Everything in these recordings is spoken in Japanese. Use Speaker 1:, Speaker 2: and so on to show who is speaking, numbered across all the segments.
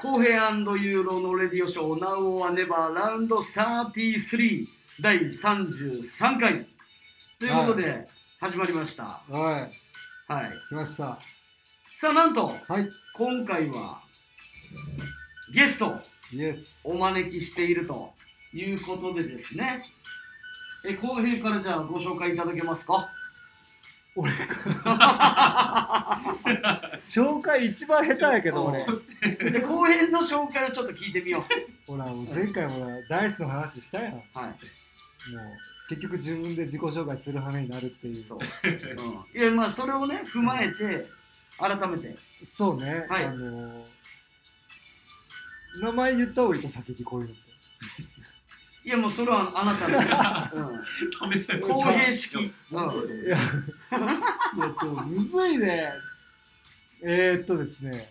Speaker 1: コウヘイユーロのレディオショー、ナウオはネバーラウンド33第33回ということで始まりました。は。
Speaker 2: はいい、来ました。
Speaker 1: さあ、なんと
Speaker 2: はい、
Speaker 1: 今回はゲストを
Speaker 2: イエス。
Speaker 1: お招きしているということでですね、えコウヘイからじゃあご紹介いただけますか。
Speaker 2: 紹介一番下手やけど、俺。
Speaker 1: で、 後編の紹介をちょっと聞いてみよう。
Speaker 2: ほら、もう前回もなダイスの話したやん。もう、
Speaker 1: はい。
Speaker 2: 結局自分で自己紹介する羽目になるっていう。
Speaker 1: そう。うん、いや、まあ、それをね、踏まえて、改めて。
Speaker 2: そうね、
Speaker 1: はい
Speaker 2: あのー、名前言った方がいいと先にこういうのって。
Speaker 1: いや、もうそれはあなたの。うん
Speaker 3: 試せ
Speaker 1: 公平式。うん
Speaker 2: いや、いやちょっとむずいね。えー、っとですね、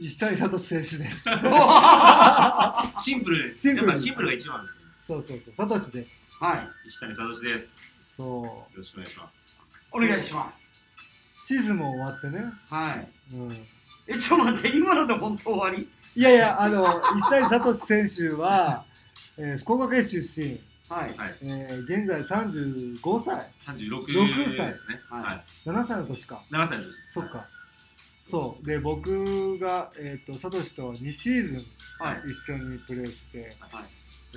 Speaker 2: 久々と静止です。
Speaker 3: シンプル
Speaker 2: シンプル
Speaker 3: やっぱシンプルが一番ですね
Speaker 2: そうそうそう、サトシです。
Speaker 1: はい。
Speaker 3: 石谷聡です
Speaker 2: そう。
Speaker 3: よろしくお願いします
Speaker 1: お願いします。
Speaker 2: シーズンも終わってね。
Speaker 1: はい。
Speaker 2: うん
Speaker 1: え、ちょっと待って、今ので本当終わり
Speaker 2: いやいや、あの、一切聡選手は、えー福岡県出身、
Speaker 1: はい。
Speaker 3: はい
Speaker 2: えー現在35歳、
Speaker 3: 36
Speaker 2: 六歳
Speaker 3: ですね
Speaker 1: はい
Speaker 3: はい
Speaker 2: 7歳の年か。
Speaker 3: 7歳の時です
Speaker 2: そっか。そう。で、僕が、えっ、と、サトシと2シーズン
Speaker 1: はい。
Speaker 2: 一緒にプレーして、
Speaker 1: はい。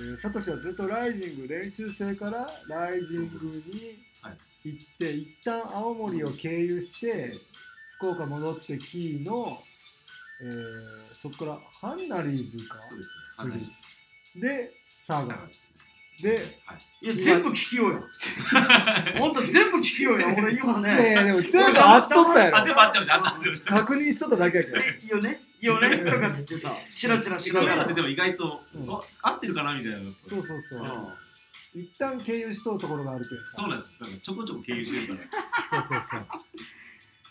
Speaker 2: えー、サトシはずっとライジング練習生からライジングに
Speaker 3: はい
Speaker 2: 行って、一旦青森を経由して、福岡戻ってキーの、えーそこからハンナリーズか。
Speaker 3: そうですねはい
Speaker 2: 次で、サ
Speaker 3: 佐
Speaker 2: ガ
Speaker 3: 賀ですね
Speaker 2: で、
Speaker 3: はい
Speaker 1: いや、全部聞き ようよ。本当全部聞きようよ。俺今
Speaker 2: いやい
Speaker 1: ね。
Speaker 2: やでも全部あっとったや
Speaker 3: あ
Speaker 2: ろ
Speaker 3: 全部合ってました合ってました
Speaker 2: 確認しとっただけやけど
Speaker 1: いいよね。いいよね。とかつってさ、チラチラし
Speaker 3: カ
Speaker 1: な
Speaker 3: メ
Speaker 1: が
Speaker 3: ラ
Speaker 1: ら。
Speaker 3: ででも意外と
Speaker 2: うん
Speaker 3: お合ってるかなみたいな
Speaker 2: そうそうそううん一旦経由しとうところがあるけどさ
Speaker 3: そうなんですなんかちょこちょこ経由してるから
Speaker 2: そうそうそ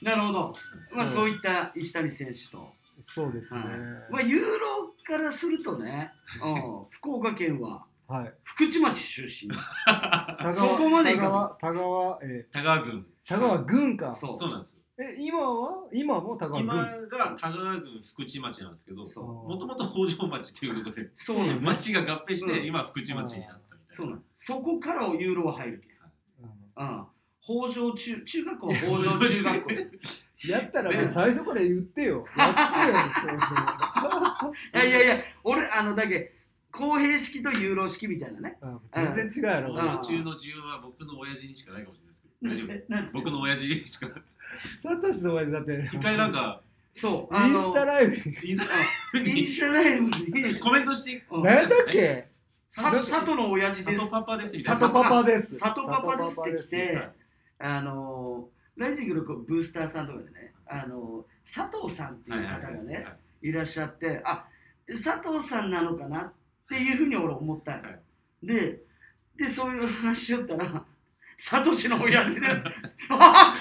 Speaker 2: う
Speaker 1: なるほど。まあ、
Speaker 2: そう
Speaker 1: そういった石谷選手と。
Speaker 2: そうですね
Speaker 1: まあ、ユーロからするとね、うん、福岡県は
Speaker 2: はい
Speaker 1: 福知町出身。
Speaker 2: 田
Speaker 1: そこまでい
Speaker 2: 田
Speaker 1: か
Speaker 2: 川
Speaker 1: な
Speaker 2: 田川え
Speaker 3: 田川郡
Speaker 2: ー田川郡か
Speaker 1: そう
Speaker 3: そうなんですよ
Speaker 2: え今は今も田川
Speaker 3: 今
Speaker 2: 郡
Speaker 3: が田川郡福知町なんですけど
Speaker 1: そう
Speaker 3: もともと北条町っていうことで
Speaker 1: そうなの
Speaker 3: 町が合併して、
Speaker 1: うん
Speaker 3: 今福知町になったみたいな
Speaker 1: そうなのそこからユーロは入るけん。
Speaker 2: うん
Speaker 1: うん。北条中、中学校は北条中学校。い
Speaker 2: やったらもう
Speaker 3: ね
Speaker 2: 最初から言ってよやってよそう
Speaker 1: やいやいや、俺、あの、だけ、公平式とユーロ式みたいなね。
Speaker 2: そううん全然違うやろ
Speaker 1: うん
Speaker 3: 宇宙の需要は僕の親父にしかないかもしれないですけど、大丈夫です。
Speaker 1: えなん
Speaker 3: 僕の親父にしか。
Speaker 2: サトシの親父だって
Speaker 3: 一回なんか、
Speaker 1: そう。
Speaker 2: インスタライブ
Speaker 3: インス
Speaker 1: イ
Speaker 3: タ
Speaker 1: ン
Speaker 3: に
Speaker 1: スタライブに、
Speaker 3: コメントして、
Speaker 1: うん
Speaker 2: 何やったっけ
Speaker 1: さ佐藤の親父
Speaker 3: サ
Speaker 1: です。
Speaker 3: トパパですみたい
Speaker 2: サ
Speaker 3: な。
Speaker 2: トパパです
Speaker 1: サトパパですって来
Speaker 2: サトパパです
Speaker 1: て、あのー、ライジングのこうブースターさんとかでね、あのー、佐藤さんっていう方がね、
Speaker 3: はい
Speaker 1: いらっしゃって、あ佐藤さんなのかなっていうふうに俺思ったの、
Speaker 3: はい
Speaker 1: で、で、そういう話しよったら、 サトシの親 父で、あ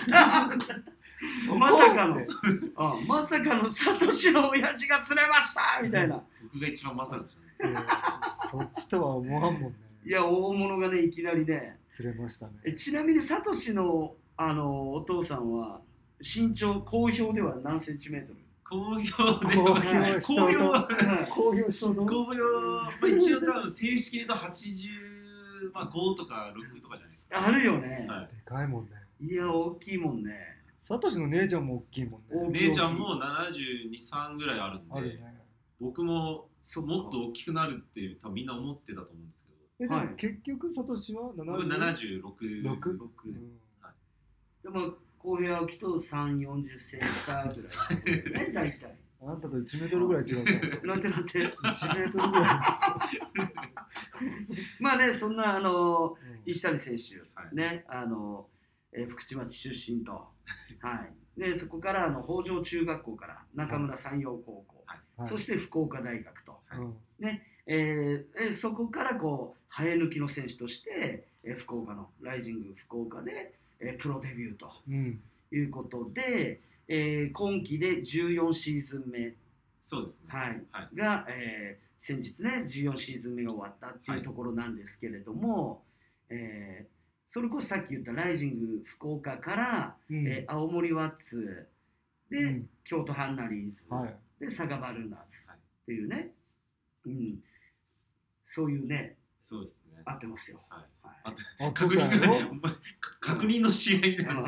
Speaker 2: そこ
Speaker 1: まさかのあまさかのサトシの親父が釣れましたみたいな。
Speaker 3: 僕が一番まさかでしたね。
Speaker 2: いやそっちとは思わんもんね。
Speaker 1: いや、大物がね、いきなりね、
Speaker 2: 釣れましたね。
Speaker 1: えちなみにサトシのあのお父さんは身長公表では何センチメートル
Speaker 3: 工業で、
Speaker 2: 公表した
Speaker 3: 工業、
Speaker 2: と、公表したと。
Speaker 3: 工業、まあ一応多分正式で言うと85とか6とかじゃないです か。
Speaker 1: あるよね、
Speaker 3: は
Speaker 2: でかいもんね。
Speaker 1: い、や大きいもんね
Speaker 2: サトシの姉ちゃんも大きいもん
Speaker 1: お
Speaker 2: ね。
Speaker 3: 姉ちゃんも72、3ぐらいあるん
Speaker 2: ある
Speaker 3: で、
Speaker 2: ね。
Speaker 3: 僕も
Speaker 1: そっか
Speaker 3: もっと大きくなるって多分みんな思ってたと思うんです
Speaker 2: え
Speaker 3: けど、
Speaker 2: でも
Speaker 1: はい
Speaker 2: 結局サトシは
Speaker 3: 僕
Speaker 2: 76。
Speaker 3: 76。
Speaker 2: 六
Speaker 1: うんでも公平はきと3 4 0センチ差ぐ らいね大体
Speaker 2: あんたと1メートルぐらい違うか ら。
Speaker 1: なんてなんて
Speaker 2: 1メートルぐら
Speaker 1: まあねそんなあの
Speaker 2: い。
Speaker 1: 石谷選手
Speaker 3: はい
Speaker 1: ね、あの、えー福知町出 身と、はい、でそこからあの北条中学校から中村山陽高校、
Speaker 2: はい
Speaker 1: そして福岡大学と、
Speaker 2: うん
Speaker 1: えーえーそこからこう生え抜きの選手として、えー福岡のライジング福岡で、えープロデビューと
Speaker 2: うん。
Speaker 1: いうことで、えー今季で14シーズン目
Speaker 3: そうですね。
Speaker 1: はい
Speaker 3: はい。
Speaker 1: が、えー先日ね14シーズン目が終わったっていうところなんですけれども、えーそれこそさっき言ったライジング福岡から、
Speaker 2: うん
Speaker 1: えー青森ワッツで、
Speaker 2: うん
Speaker 1: 京都ハンナリーズ、
Speaker 2: はい。
Speaker 1: で佐賀バルーナーズ、
Speaker 3: はい
Speaker 1: っていうね、うん、そういうね、
Speaker 3: そうですね。
Speaker 1: 合ってますよ。
Speaker 3: はい
Speaker 1: はい
Speaker 2: あ
Speaker 3: 確認がね、お 前か確認の試合で
Speaker 1: あ
Speaker 3: す。
Speaker 1: の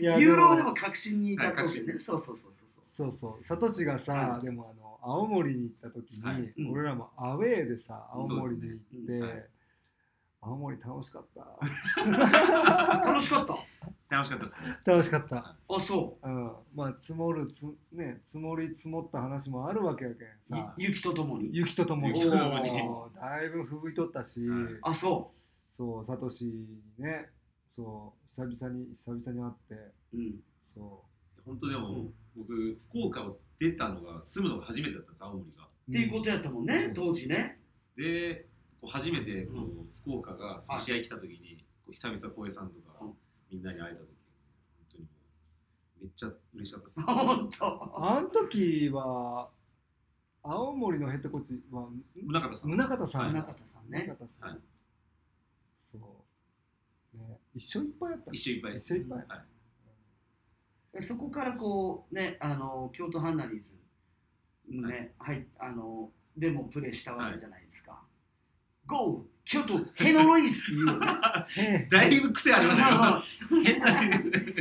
Speaker 2: いや
Speaker 1: ユーロはでも確信に至ったって
Speaker 3: は
Speaker 1: ね。そうそうそうそうそ
Speaker 2: そうそうサトシがさ、
Speaker 1: は
Speaker 2: でもあの青森に行った時に、
Speaker 3: はい
Speaker 1: うん
Speaker 2: 俺らもアウェーでさ青森に行って、
Speaker 1: そうですね
Speaker 3: うんはい
Speaker 2: 青森楽しかっ
Speaker 1: う。楽しかった。
Speaker 3: 楽しかったですね。
Speaker 2: た 楽しかった、
Speaker 1: あ、そ
Speaker 2: うん、まあ積もるつね積もり積もった話もあるわけやけん
Speaker 1: う
Speaker 2: さ。
Speaker 1: ゆ雪とともに。
Speaker 2: 雪とともに
Speaker 3: 雪とともに
Speaker 2: おーだいぶ吹雪いとったし、
Speaker 3: はい
Speaker 1: あ、そ
Speaker 2: そうサトシにねそう久々に久々に会って
Speaker 1: う。うん。
Speaker 2: そ
Speaker 3: 本当でも、
Speaker 1: うん
Speaker 3: 僕、福岡を出たのが、住むのが初めてだったんです、青森が。
Speaker 2: う
Speaker 1: っていうことやったもんね
Speaker 2: う、ん
Speaker 1: 当時ね。
Speaker 3: で、こう初めてこう、
Speaker 1: う
Speaker 3: 福岡がその試合来た時に、こう久々浩平さんとか、
Speaker 1: うん
Speaker 3: みんなに会えた時、本当にもう、めっちゃ嬉しかったです、
Speaker 1: 本当。
Speaker 2: あの時は青森のヘッドコーチは
Speaker 3: 宗像さん。
Speaker 2: 宗像さ
Speaker 3: はい
Speaker 2: ん
Speaker 1: 宗像さんね。
Speaker 2: 方さん、
Speaker 3: はい
Speaker 2: そう、ね、一緒いっぱいやったの
Speaker 3: 一緒いっぱいです。
Speaker 2: 一緒いっぱい
Speaker 3: はい
Speaker 1: そこからこう、ね、あの、京都ハンナリーズ。ね、はい、あの、でもプレーしたわけじゃないですか。GO! 京都ヘノロイスっていうよね。
Speaker 2: え
Speaker 3: だいぶ 癖ありましたけど、
Speaker 1: まあまあ
Speaker 3: 変な。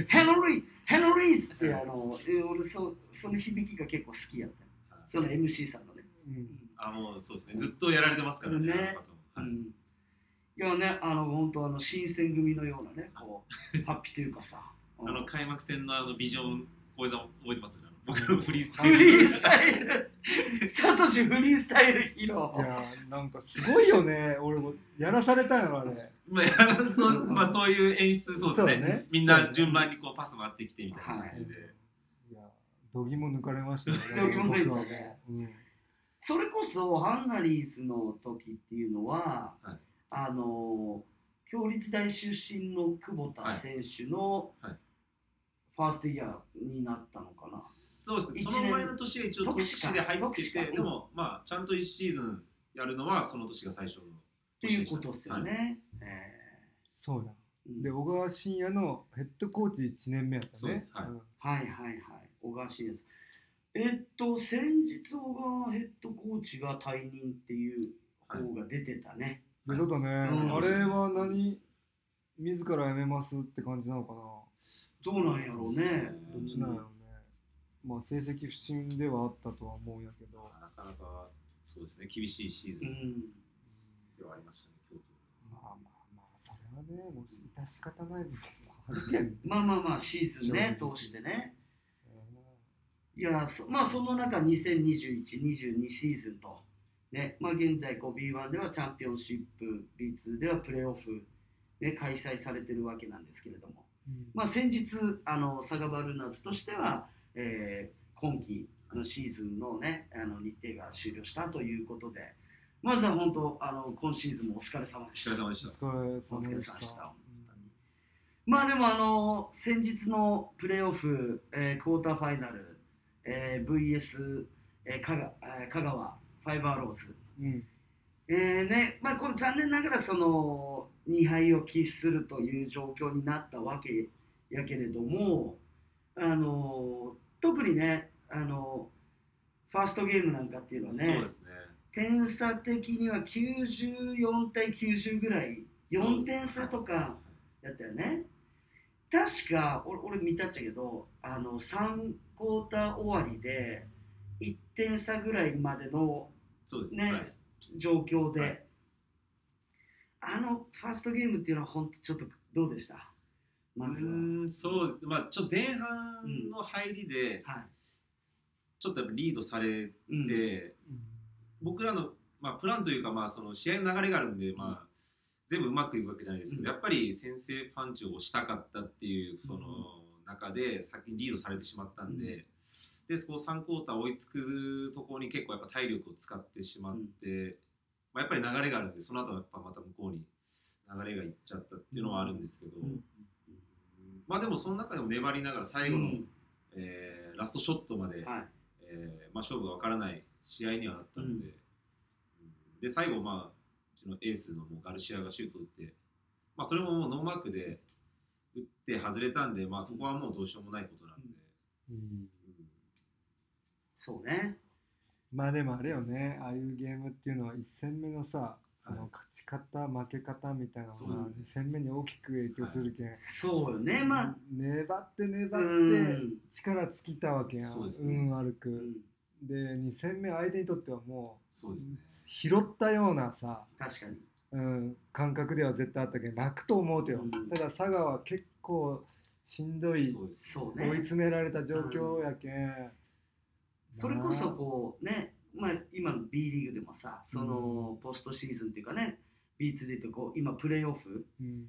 Speaker 1: ヘノロイ、ヘノロイスってあの、え俺そ、その響きが結構好きやった。その MC さんのね。
Speaker 2: えうん
Speaker 3: あ、もうそうですね。ずっとやられてますからね。
Speaker 1: ね
Speaker 3: あの方も
Speaker 1: う
Speaker 3: はい
Speaker 1: んいやね、あの本当あの新選組のようなね、こうハッピーというかさ、
Speaker 3: あの
Speaker 1: うん
Speaker 3: 開幕戦のあのビジョン、小江さん覚えてますあの僕のフリースタ
Speaker 1: フ
Speaker 3: イ
Speaker 1: リ
Speaker 3: ル。
Speaker 1: ースタイル、サトシフリースタイルヒーロ
Speaker 2: い
Speaker 1: ー。
Speaker 2: やなんかすごいよね俺もやらされたよあれ
Speaker 3: まああのそうまあそういう演出、そうですね。
Speaker 2: そうね
Speaker 3: みんな順番にこうパス回ってきてみたいな
Speaker 1: は
Speaker 3: 感じで。
Speaker 2: いやどぎも抜かれましたよ
Speaker 1: 度肝抜いたね
Speaker 2: 僕はねうん
Speaker 1: それこそハンガリーズの時っていうのは、
Speaker 3: はい
Speaker 1: あの強立大出身の久保田選手の
Speaker 3: はいはい
Speaker 1: ファーストイヤーになったのかな。
Speaker 3: そうですね。
Speaker 1: 一
Speaker 3: そ
Speaker 1: 年
Speaker 3: の前の年は一応特殊で入って
Speaker 1: 特殊か
Speaker 3: て、でもまあちゃんと1シーズンやるのはその年が最初の
Speaker 1: って
Speaker 3: 年
Speaker 1: いう
Speaker 3: でした。
Speaker 1: ことですよね。
Speaker 3: はい
Speaker 1: え
Speaker 2: そうや
Speaker 1: ーうん
Speaker 2: で小川真也のヘッドコーチ1年目やったね
Speaker 3: そうですは
Speaker 2: ん
Speaker 3: い
Speaker 1: はいはいはい、小川氏です。えっと、先日、小川ヘッドコーチが退任っていう方が出てたね。
Speaker 2: でちょっとね、
Speaker 1: ん
Speaker 2: あれは何自ら辞めますって感じなのかな
Speaker 1: どうなんやろうね。
Speaker 3: そう
Speaker 2: どっ
Speaker 3: です
Speaker 2: ちなんやろうね、まあ成績不振ではあったとは思うんやけど、
Speaker 3: なかなかそうですね。厳しいシーズ
Speaker 1: う
Speaker 3: ン
Speaker 1: ん。
Speaker 3: ではありましたね。京
Speaker 2: まあまあまあ、それはね、もう致し方ない部分もあるけんね。
Speaker 1: まあまあまあ、シーズンね、
Speaker 2: そう
Speaker 1: 通してね。
Speaker 2: う
Speaker 1: いや、そまあ、その中、2021、22シーズンと、ね、まあ、現在、こう B1 ではチャンピオンシップ、B2 ではプレーオフ、ね、開催されてるわけなんですけれども。
Speaker 2: ん
Speaker 1: まあ、先日あのサガバルーナーズとしては、えー今季のシーズンの,、ね、あの日程が終了したということでまずは本当あの今シーズンもお疲れ様でした
Speaker 3: 都。お疲れ様でし
Speaker 2: お
Speaker 3: た。
Speaker 2: 疲れ様でし
Speaker 1: お疲れ様でしたた。まあでもあの先日のプレーオフ、えークォーターファイナル、えー VS、えー香川えー香川ファイバーローズ、
Speaker 2: うん、
Speaker 1: えーねまあ、これ残念ながらその2敗を喫するという状況になったわけやけれども、あの特にね、あのファーストゲームなんかっていうのは
Speaker 3: そう
Speaker 1: ね
Speaker 3: ですね。
Speaker 1: 点差的には94対90ぐらい4点差とかやったよね確か俺俺見たっちゃけどあの3クォーター終わりで1点差ぐらいまでの
Speaker 3: そうです
Speaker 1: ね
Speaker 3: はい
Speaker 1: 状況で、
Speaker 3: はい
Speaker 1: あのファーストゲームっていうのは本当ちょっとどうでしたまず
Speaker 3: う
Speaker 1: は、
Speaker 3: ーんそうですね、まあ、ちょっと前半の入りで、
Speaker 1: は
Speaker 3: ちょっとやっぱリードされて、
Speaker 1: い、うん、
Speaker 3: 僕らの、まあ、プランというか、まあ、その試合の流れがあるんで、まあ、全部うまくいくわけじゃないですけど、
Speaker 1: うん
Speaker 3: やっぱり先制パンチをしたかったっていうその
Speaker 1: うん
Speaker 3: 中で先にリードされてしまったんで。でそこ3クォーター追いつくところに結構やっぱ体力を使ってしまって、まあ、やっぱり流れがあるんでその後はやっぱまた向こうに流れがいっちゃったっていうのはあるんですけど、
Speaker 1: うん
Speaker 3: まあでもその中でも粘りながら最後の、
Speaker 1: うん
Speaker 3: えーラストショットま
Speaker 1: は
Speaker 3: で、
Speaker 1: い
Speaker 3: えーまあ、勝負が分からない試合にはなったので、うんで最後、まあ、うちのエースのもうガルシアがシュート打って、まあ、それももうノーマークで打って外れたんで、まあ、そこはもうどうしようもないことなんで、
Speaker 2: うん
Speaker 3: うん
Speaker 1: そうね
Speaker 2: まあでもあれよね、ああいうゲームっていうのは1戦目のさ、その勝ち方、負け方みたいな
Speaker 3: そう
Speaker 2: の
Speaker 3: です
Speaker 2: が
Speaker 3: ね
Speaker 2: 2戦目に大きく影響するけん、
Speaker 1: そうよねまあ
Speaker 2: 粘って粘
Speaker 1: う
Speaker 2: って
Speaker 1: ん
Speaker 2: 力尽きたわけやん、
Speaker 3: そうですね
Speaker 2: ん、悪
Speaker 1: う
Speaker 2: く。
Speaker 1: ん
Speaker 2: で、2戦目相手にとってはも
Speaker 3: そう
Speaker 2: う
Speaker 3: ですね。
Speaker 2: 拾ったようなさ、
Speaker 1: 確かに
Speaker 2: うん、感覚では絶対あったけど楽と思うてよ、
Speaker 1: うん
Speaker 2: ただ佐賀は結構しんどい
Speaker 3: そうですね。
Speaker 1: そう
Speaker 2: 追
Speaker 1: ね
Speaker 2: い詰められた状況やけん、
Speaker 1: それこそこうね、まあ、今の B リーグでもさそのポストシーズンっていうかね B2 でいうとこう今プレーオフ
Speaker 2: うん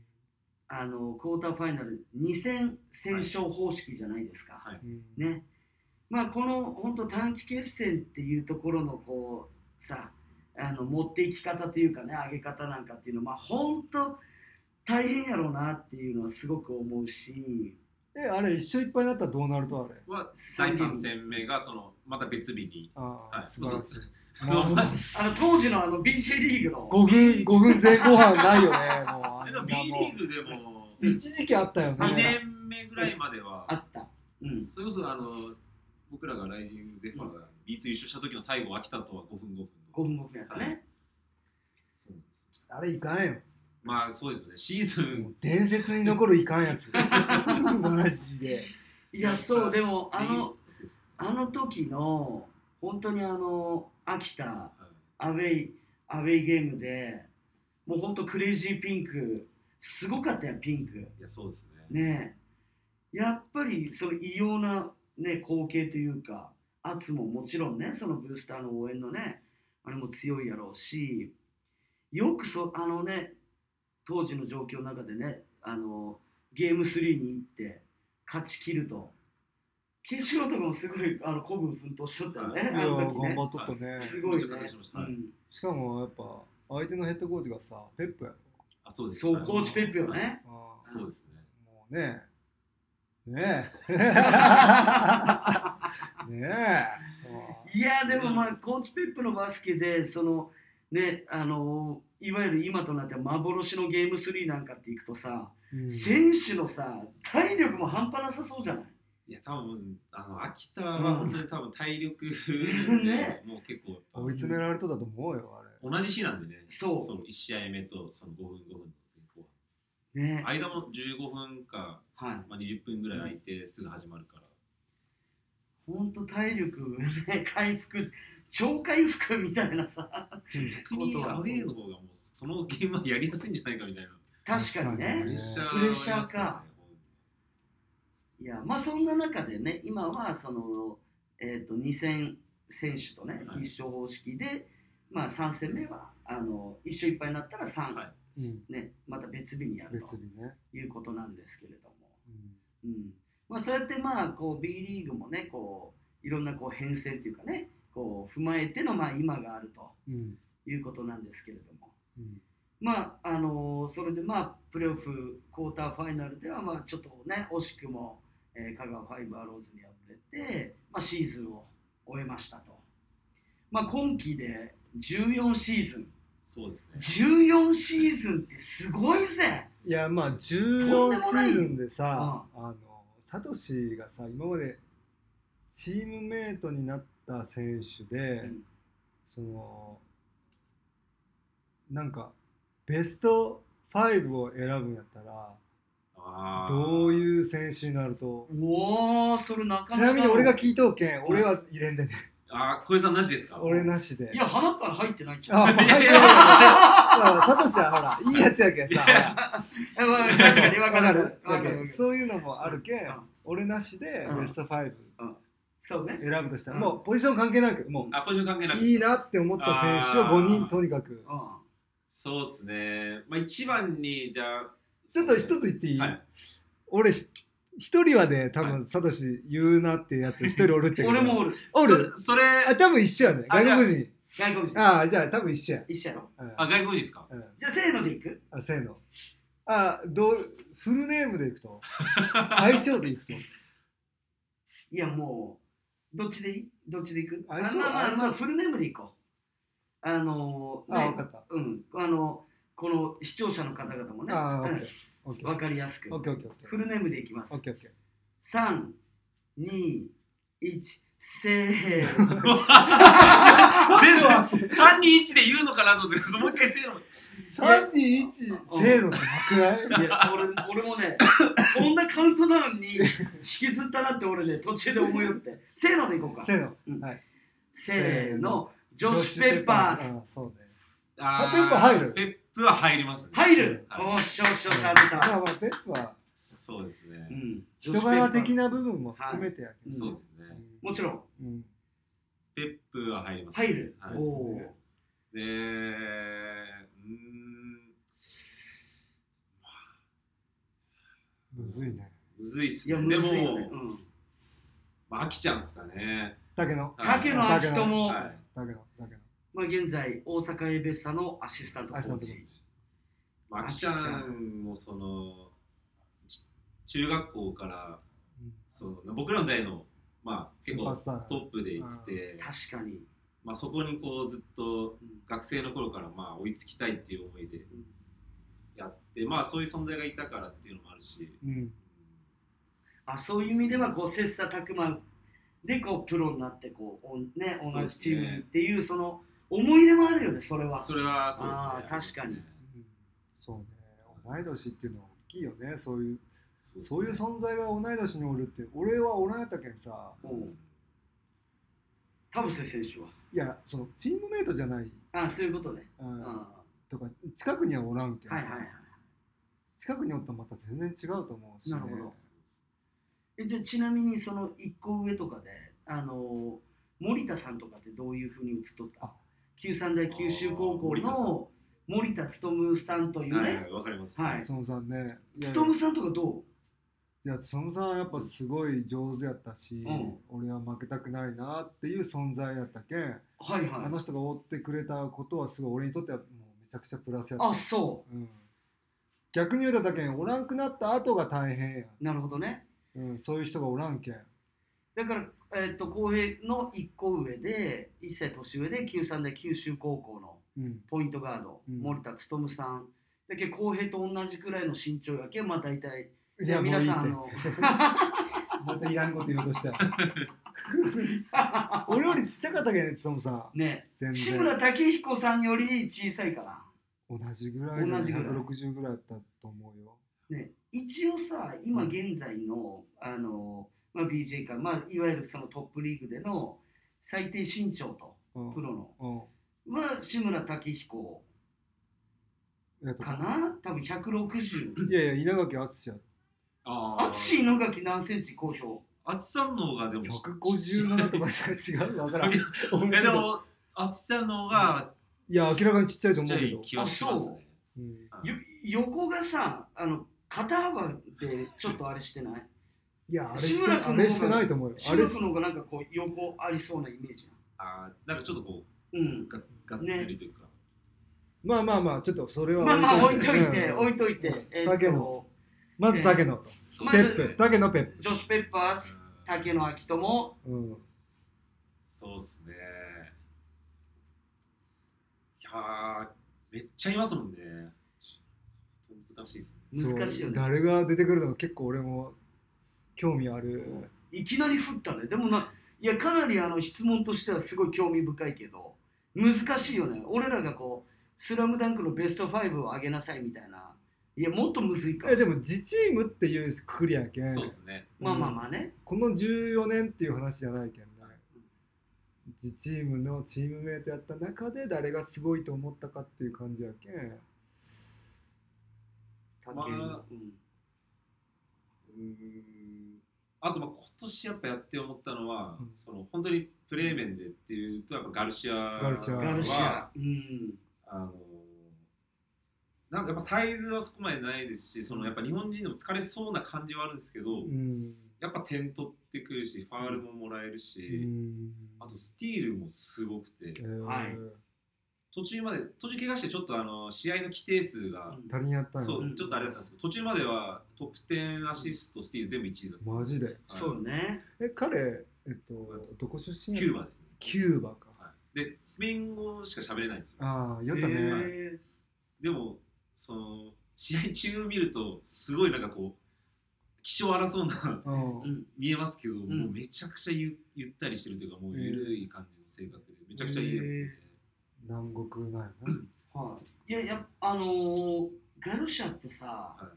Speaker 1: あのクォーターファイナル2戦戦勝方式じゃないですか、
Speaker 3: はい
Speaker 2: うん
Speaker 1: ねまあこの本当短期決戦っていうところのこうさあの持っていき方というかね上げ方なんかっていうのはまあ本当大変やろうなっていうのはすごく思うし
Speaker 2: えあれ一緒いっぱいになったらどうなるとあれ
Speaker 3: は第三戦目がそのまた別日に。
Speaker 2: ああ、
Speaker 3: はい
Speaker 2: 素晴らしい
Speaker 3: 嘘
Speaker 2: もう
Speaker 1: あの当時のあの BJ リーグの
Speaker 2: 五軍五軍全後半ないよねもうあ
Speaker 3: え
Speaker 2: ん な
Speaker 3: でも
Speaker 2: もう
Speaker 3: B リーグでも
Speaker 2: 一時期あったよ
Speaker 3: 2
Speaker 2: ね
Speaker 3: 年目ぐらいまでは
Speaker 1: あ、った、うん、
Speaker 3: それこそあの僕らがライジングゼファーが B2 優勝した時の最後、秋田とは5分5分
Speaker 1: 5
Speaker 3: の。
Speaker 1: 分5分やったね
Speaker 3: そうなんです
Speaker 2: あれいかんよ
Speaker 3: まあそうですね、シーズ
Speaker 2: も
Speaker 3: ン
Speaker 2: う伝説に残るいかんやつマジで
Speaker 1: いやそうでもあの
Speaker 3: B そうです
Speaker 1: あの時の本当にあの秋田
Speaker 3: はい
Speaker 1: アウェイアウェイゲームでもう本当クレイジーピンクすごかったやんピンク
Speaker 3: いやそうですね。
Speaker 1: ねえやっぱりその異様な、ね、光景というか圧ももちろんねそのブースターの応援のねあれも強いやろうしよくそあのね当時の状況の中でねあのゲーム3に行って勝ち切ると決勝とかもすごいあの孤軍奮闘しとったよね
Speaker 2: いや
Speaker 1: あの
Speaker 2: 頑
Speaker 1: 時ね
Speaker 2: 張っとったね
Speaker 1: すごいね、
Speaker 3: めっちゃ活躍しました
Speaker 1: う
Speaker 3: はい
Speaker 1: ん、
Speaker 2: しかもやっぱ相手のヘッドコーチがさペップやろ
Speaker 3: あそうです。
Speaker 1: そうコーチペップよ ね
Speaker 2: ああ
Speaker 3: そうですね。
Speaker 2: もうねねえねえ
Speaker 1: いやでもまあコーチペップのバスケでそのねあのいわゆる今となっては幻のゲーム3なんかっていくとさ、
Speaker 2: うん
Speaker 1: 選手のさ体力も半端なさそうじゃない
Speaker 3: いや多分あの秋田は本当に多分体力
Speaker 1: ん ね
Speaker 3: でもう結構やっぱ
Speaker 2: 追い詰められとったと思うよあれ
Speaker 3: 同じ日なんでね。
Speaker 1: そう
Speaker 3: その1試合目とその5分5分の
Speaker 1: ね
Speaker 3: 間も15分か、
Speaker 1: はい
Speaker 3: まあ、20分ぐらい空いてすぐ始まるから、
Speaker 1: 本当体力ね回復超回復みたいなさ
Speaker 3: 逆にアウェーの方がもうそのゲームはやりやすいんじゃないかみたいな
Speaker 1: 確かに
Speaker 2: 確
Speaker 1: ね
Speaker 2: か
Speaker 3: プ
Speaker 2: に
Speaker 3: レッシャーは
Speaker 1: プレッシャーか
Speaker 3: ありますらね
Speaker 1: いやまあそんな中でね今はその、えー、と2戦選手とね
Speaker 3: はい
Speaker 1: 必勝方式で、まあ、3戦目はあの一緒いっぱいになったら3、
Speaker 3: はい
Speaker 2: うん
Speaker 1: ね、また別日にやる
Speaker 2: 別
Speaker 1: と
Speaker 2: にね、
Speaker 1: いうことなんですけれども、
Speaker 2: うん
Speaker 1: うんまあ、そうやってまあこう B リーグもねこういろんなこう変遷というかねこう踏まえてのまあ今があると
Speaker 2: うん
Speaker 1: いうことなんですけれども、
Speaker 2: うん
Speaker 1: まああのそれでまあプレーオフクォーターファイナルではまあちょっとね惜しくも、えー香川ファイブアローズに敗れて、まあ、シーズンを終えましたと、まあ、今季で14シーズン
Speaker 3: そうですね
Speaker 1: 14シーズンってすごいぜ
Speaker 2: いやまあ14シ
Speaker 1: とんでもない
Speaker 2: ーズンでさあのサトシがさ今までチームメイトになった選手で、
Speaker 1: うん
Speaker 2: そのなんかベスト5を選ぶんやったら
Speaker 3: あー
Speaker 2: どういう選手になると
Speaker 1: おおそれなかなか
Speaker 2: ちなみに俺が聞いとうけん俺は入れんでね
Speaker 3: あー小江さんなしですか
Speaker 2: 俺なしで
Speaker 1: いや花から入ってないんち ゃう
Speaker 2: あ
Speaker 3: いやいやいや
Speaker 2: サトシはほらいいやつやけんさ
Speaker 3: いや
Speaker 1: えまあ確かに分か
Speaker 2: わか
Speaker 1: る
Speaker 2: る
Speaker 1: 分
Speaker 2: だ
Speaker 1: か
Speaker 2: け
Speaker 1: る
Speaker 2: どそういうのもあるけん
Speaker 1: うん
Speaker 2: 俺なしで
Speaker 1: うん
Speaker 2: ベスト5
Speaker 1: そうね
Speaker 2: 選ぶとしたら
Speaker 1: うん
Speaker 2: もうポジション関係なくも
Speaker 3: あポジション関係な
Speaker 2: う
Speaker 3: く
Speaker 2: いいなって思った選手を5人とにかく
Speaker 1: う
Speaker 3: そうですねまあ一番にじゃあ
Speaker 2: ちょっと一つ言っていい
Speaker 3: はい
Speaker 2: 俺ひ一人はね多分サトシ言うなっていうやつ一人おるっちゃ
Speaker 1: ん
Speaker 2: けど
Speaker 1: 俺もおる
Speaker 2: お
Speaker 3: そ
Speaker 2: る
Speaker 3: れそれ
Speaker 2: あ多分一緒やね
Speaker 3: あ
Speaker 2: 外国人
Speaker 1: 外国人
Speaker 2: ああじゃあ多分一緒や
Speaker 1: 一緒やろ
Speaker 2: うん
Speaker 3: あ外国人です か
Speaker 2: うん
Speaker 1: じゃあせーのでいく
Speaker 2: あせーのあどうフルネームでいくと相性でいくと
Speaker 1: いやもうどっちでいいどっちでいくあ
Speaker 2: あそう
Speaker 1: まあまあ
Speaker 2: あ
Speaker 1: まあ
Speaker 2: そう
Speaker 1: フルネームでいこうあのー
Speaker 2: あ
Speaker 1: ね
Speaker 2: 分かった
Speaker 1: うんあのこの視聴者の方々もね
Speaker 2: あ
Speaker 1: うん
Speaker 2: オッケー
Speaker 1: わかりやすく
Speaker 2: オッケーオッケーオッケー
Speaker 1: フルネームでいきます
Speaker 2: オッケーオッケー
Speaker 1: 三二一せー の
Speaker 3: 全然3、2、1で言うのかなと思って、もう一回せーの。
Speaker 2: 3、2、1、せーのってなくない
Speaker 1: いや俺俺もねこんなカウントダウンに引きずったなって俺ね途中で思いよってせーのでいこうか
Speaker 2: せーの。
Speaker 1: せーのジョシュ・ペッパーズ
Speaker 2: うんそうね。
Speaker 3: あ
Speaker 2: ペップ入る
Speaker 3: ペップは入りますね。
Speaker 1: 入る
Speaker 3: はい
Speaker 1: おっしゃおっしゃおっしゃ
Speaker 2: ま
Speaker 1: 出た
Speaker 2: あまあ、ペップは
Speaker 3: そうですね。
Speaker 1: うんジョシュ
Speaker 2: 人
Speaker 1: ペッパー
Speaker 2: 柄
Speaker 1: ズ
Speaker 2: 的な部分も含めてやけど
Speaker 3: そうですね。
Speaker 1: もちろん
Speaker 2: うん。
Speaker 3: ペップは入ります、
Speaker 1: 入る
Speaker 3: はい
Speaker 1: おおー
Speaker 3: で、うーん、
Speaker 2: むずいね。
Speaker 3: むずいっす
Speaker 1: いや
Speaker 3: ね。
Speaker 1: む
Speaker 3: で
Speaker 1: ずいよね
Speaker 3: も、
Speaker 1: うん
Speaker 3: まあ、飽きちゃうんですかね。
Speaker 2: 竹野。
Speaker 3: はい
Speaker 1: 竹野明人も、
Speaker 3: はい。
Speaker 2: 竹野。竹野。
Speaker 1: まあ、現在大阪エベッサのアシスタントコ
Speaker 2: 明日
Speaker 1: ー
Speaker 2: のとこ
Speaker 1: チ
Speaker 3: まあ、
Speaker 1: 飽
Speaker 3: 飽
Speaker 1: き
Speaker 3: き
Speaker 1: ち
Speaker 3: ち
Speaker 1: ゃ
Speaker 3: ゃ
Speaker 1: う
Speaker 3: うんもその、ち中学校から、その僕らの代の、まあ、
Speaker 2: ス
Speaker 3: 結
Speaker 2: ーパー
Speaker 3: 構
Speaker 2: スター
Speaker 3: トップで生きて、
Speaker 1: 確かに、
Speaker 3: まあ、そこにこうずっと
Speaker 1: うん
Speaker 3: 学生の頃からまあ追いつきたいっていう思いでやって、まあ、そういう存在がいたからっていうのもあるし、
Speaker 2: うん。
Speaker 1: あそういう意味ではこう切磋琢磨でこうプロになってこうおんね、
Speaker 3: そう
Speaker 1: 同
Speaker 3: で
Speaker 1: じ
Speaker 3: す
Speaker 1: チ
Speaker 3: ね
Speaker 1: ームにっていうその思い入れもあるよねそれは
Speaker 3: それはそうですね
Speaker 1: あー。
Speaker 3: ありますね
Speaker 1: 確かに
Speaker 2: うんそうね。同い年っていうのは大きいよね。そういう、
Speaker 3: そうですね
Speaker 2: そういう存在が同い年におるって、俺はおらんやったけんさ、
Speaker 1: うん田臥選手はい
Speaker 2: や、その、チームメイトじゃない、
Speaker 1: あそういうことね、
Speaker 2: うん
Speaker 1: うん、は
Speaker 2: とか、近くにはおらんけ
Speaker 1: い
Speaker 2: どさ、
Speaker 1: はいはい
Speaker 2: 近くにおったらまた全然違うと思うし、ね。
Speaker 1: なるほどえじゃあちなみにその一個上とかであの森田さんとかってどういうふうに映っとった
Speaker 2: あ
Speaker 1: 九三大九州高校の森田勉さんという
Speaker 3: はい
Speaker 1: ね
Speaker 3: はい、わかります。
Speaker 1: はい
Speaker 2: つのさんね。いやいや
Speaker 1: 勉さんとかど
Speaker 2: いや、つのさんはやっぱすごい上手やったし、
Speaker 1: ん
Speaker 2: 俺は負けたくないなっていう存在やったけん、
Speaker 1: うはいは
Speaker 2: あ
Speaker 1: い
Speaker 2: の人が追ってくれたことはすごい俺にとってはもうめちゃくちゃプラスやった。
Speaker 1: あそ
Speaker 2: うん、逆に言うただけん、おらんくなった後が大変や
Speaker 1: うなるほどね
Speaker 2: ん。うん、そういう人がおらんけん。
Speaker 1: だからえっと浩平の一個上で一歳年上で九三大九州高校の
Speaker 2: うん。
Speaker 1: ポイントガード、
Speaker 2: うん
Speaker 1: 森田勉さんだけど浩平と同じくらいの身長やけんまあ大体
Speaker 2: いや、もうい
Speaker 1: 皆
Speaker 2: いって。
Speaker 1: さんあの
Speaker 2: またいらんこと言おうとしたら。 俺よりちっちゃかったけんね、つのさん。
Speaker 1: ね
Speaker 2: 全
Speaker 1: 志
Speaker 2: 然。
Speaker 1: 村武彦さんより小さいから
Speaker 2: 同じぐらいじゃない
Speaker 1: 同じぐらい
Speaker 2: 160ぐらいやったと思うよ。
Speaker 1: ね、一応さ今現在の,、あのまあ、BJ から、まあ、いわゆるそのトップリーグでの最低身長と
Speaker 2: うん
Speaker 1: プロの
Speaker 2: うん。
Speaker 1: は志村武彦
Speaker 2: やっ
Speaker 1: か
Speaker 2: ぱ
Speaker 1: な多分160
Speaker 2: いやいや、稲垣敦や。
Speaker 3: ああ。
Speaker 1: 淳猪垣何センチ公表
Speaker 3: 淳さんの方がでも。
Speaker 2: 157とかしか違うわからん。
Speaker 3: いやい
Speaker 2: で
Speaker 3: やでも、淳さんの方が
Speaker 2: いや、明らかにちっちゃいと
Speaker 3: ち
Speaker 2: 思う
Speaker 3: っちゃ
Speaker 2: け
Speaker 3: い
Speaker 2: ど。
Speaker 3: 気はしますね。
Speaker 2: うん
Speaker 1: よ横がさあの肩幅でちょっとあれしてない
Speaker 2: いや、あれ
Speaker 1: 志
Speaker 2: して
Speaker 1: 村君の方
Speaker 2: あ
Speaker 1: が
Speaker 2: れしてないと思うよ。あ
Speaker 1: 志
Speaker 2: れ
Speaker 1: 村
Speaker 2: し
Speaker 1: 君の方がなんかこう横ありそうなイメージ
Speaker 3: ああ、なんかちょっとこ
Speaker 1: なうん
Speaker 3: う、ががっつりというか。
Speaker 2: まあまあまあ、ちょっとそれは
Speaker 1: まあまあ置いといて
Speaker 2: うん
Speaker 1: 置いといてえっ
Speaker 2: だけど
Speaker 1: と
Speaker 2: まず竹野と。
Speaker 3: そ
Speaker 1: ま
Speaker 3: う
Speaker 2: ペ
Speaker 1: ず
Speaker 2: ップ。竹野ペップ。
Speaker 1: ジョシュ・ペッパーズ竹野昭友
Speaker 2: うん。
Speaker 3: そうっすね。いやー、めっちゃいますもんね。ちょっと難しいですね。
Speaker 1: 難しいよ
Speaker 2: そう
Speaker 1: ね
Speaker 2: 誰が出てくるのか結構俺も興味ある。
Speaker 1: いきなり降ったね。でもな、いや、かなりあの質問としてはすごい興味深いけど、難しいよね。俺らがこう、スラムダンクのベスト5を上げなさいみたいな。いや、もっとむずいか。
Speaker 2: え、でも、自チームっていうクリアけん
Speaker 3: そうっ。すね。
Speaker 1: まあまあまあね。
Speaker 2: この14年っていう話じゃないけんね。自チームのチームメイトやった中で誰がすごいと思ったかっていう感じやけん。
Speaker 1: 竹内
Speaker 3: まあ
Speaker 1: うん
Speaker 3: うーんあとまあ今年やっぱやって思ったのは、
Speaker 2: うん
Speaker 3: その本当にプレー面でっていうとやっぱガルシアは
Speaker 2: ガルシア
Speaker 1: ガルシア。うん。
Speaker 3: あのなんかやっぱサイズはそこまでないですしそのやっぱ日本人でも疲れそうな感じはあるんですけど、
Speaker 2: うん。
Speaker 3: やっぱ点取ってくるしファールももらえるし、
Speaker 2: うん
Speaker 3: あとスティールもすごくて
Speaker 2: えー
Speaker 1: はい
Speaker 3: 途中まで途中怪我してちょっとあの試合の規定数が、
Speaker 2: 足りんやったんや
Speaker 3: そう、
Speaker 1: うん
Speaker 3: ちょっとあれだったんですけど途中までは得点アシストスティール全部1位だった、
Speaker 2: マジで
Speaker 3: はい
Speaker 1: そうよね。
Speaker 2: え彼えっとどこ出身
Speaker 3: キューバですね
Speaker 2: キューバか
Speaker 3: はい、でスペイン語しか喋れないんですよ
Speaker 2: ああ
Speaker 1: へ
Speaker 2: よったね、
Speaker 1: ー
Speaker 3: でもその試合中見るとすごいなんかこう気性荒そうな
Speaker 2: うん
Speaker 1: うん
Speaker 3: 見えますけど、
Speaker 1: ん
Speaker 3: もうめちゃくちゃゆゆったりしてるというかもうゆるい感じの性格でめちゃくちゃいいやつで、
Speaker 1: へー
Speaker 2: 南国なんや
Speaker 1: はい、いやいやあのー、ガルシャってさ
Speaker 3: は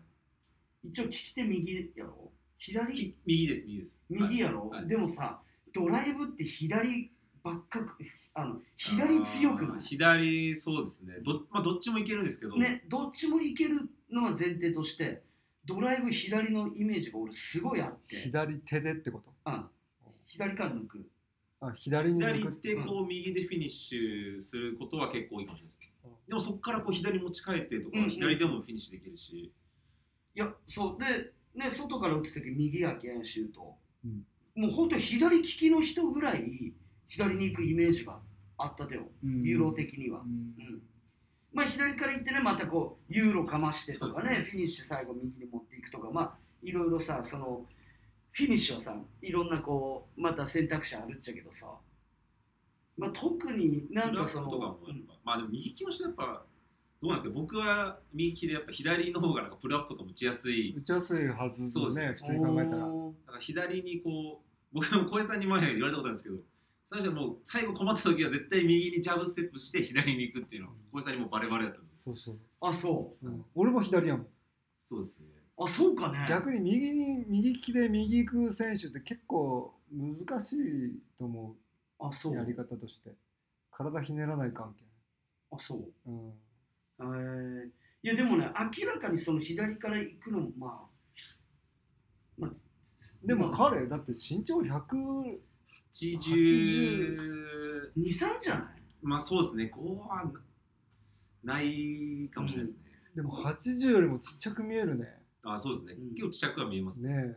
Speaker 3: い、
Speaker 1: 一応利き手右やろ左
Speaker 3: 右です右です
Speaker 1: 右
Speaker 3: はい
Speaker 1: やろ、
Speaker 3: はい
Speaker 1: でもさドライブって左ばっかくあの左強くな
Speaker 3: あー
Speaker 1: い
Speaker 3: 左そうですねど,、まあ、どっちもいけるんですけど、
Speaker 1: ねどっちもいけるのは前提としてドライブ左のイメージが俺すごいあっ
Speaker 2: な
Speaker 1: て
Speaker 2: 左手でってこと
Speaker 1: うん左から抜く
Speaker 2: あ左に
Speaker 3: 左
Speaker 2: 抜
Speaker 3: 行っ
Speaker 2: く
Speaker 3: てこう右でフィニッシュすることは結構いいかもしれないです、
Speaker 2: うん
Speaker 3: でもそこからこう左持ち帰ってとか、
Speaker 1: うんうん
Speaker 3: 左でもフィニッシュできるし
Speaker 1: いやそうで、ね、外から打つ時右やけんシュート、
Speaker 2: うん
Speaker 1: もう本当に左利きの人ぐらい左に行くイメージがあったでよ
Speaker 2: うん
Speaker 1: ユーロ的には
Speaker 2: う、ん
Speaker 1: うんまあ、左から行ってねまたこうユーロかましてと
Speaker 3: そ
Speaker 1: か
Speaker 3: う
Speaker 1: ね
Speaker 3: ですね
Speaker 1: フィニッシュ最後右に持っていくとかまあいろいろさそのフィニッシュをさいろんなこうまた選択肢あるっちゃけどさ、まあ、特になんかその
Speaker 3: フラッグとかもやっぱ、
Speaker 1: うん
Speaker 3: まあでも右利きの人やっぱどうなんですか僕は右利きでやっぱ左の方がなんかプルアップとかも打ちやすい
Speaker 2: 打ちやすいはず
Speaker 3: そう
Speaker 2: だ
Speaker 3: です
Speaker 2: ね
Speaker 3: ね
Speaker 2: 普通に考えたら
Speaker 1: おー
Speaker 3: だから左にこう僕も小江さんに前言われたことあるんですけど最初はもう最後困った時は絶対右にジャブステップして左に行くっていうのは小江さんにもバレバレだったんです
Speaker 2: そうそう、
Speaker 1: あそ
Speaker 2: うん俺も左やもん
Speaker 3: そうですね
Speaker 1: うあそうかね
Speaker 2: 逆に右に右利きで右行く選手って結構難しいと思
Speaker 1: あそうう
Speaker 2: やり方として体ひねらない関係
Speaker 1: あそう
Speaker 2: うん
Speaker 1: えーいやでもね明らかにその左から行くのもまあ、まあ、
Speaker 2: でも
Speaker 1: まあ
Speaker 2: 彼だって身長100
Speaker 3: 80
Speaker 1: 23じゃない
Speaker 3: まあそうですね5はなないかもしれないですね、
Speaker 2: でも80よりもちっちゃく見えるね
Speaker 3: あそうですね、
Speaker 1: うん
Speaker 3: 結構ちっちゃくは見えますね
Speaker 2: ね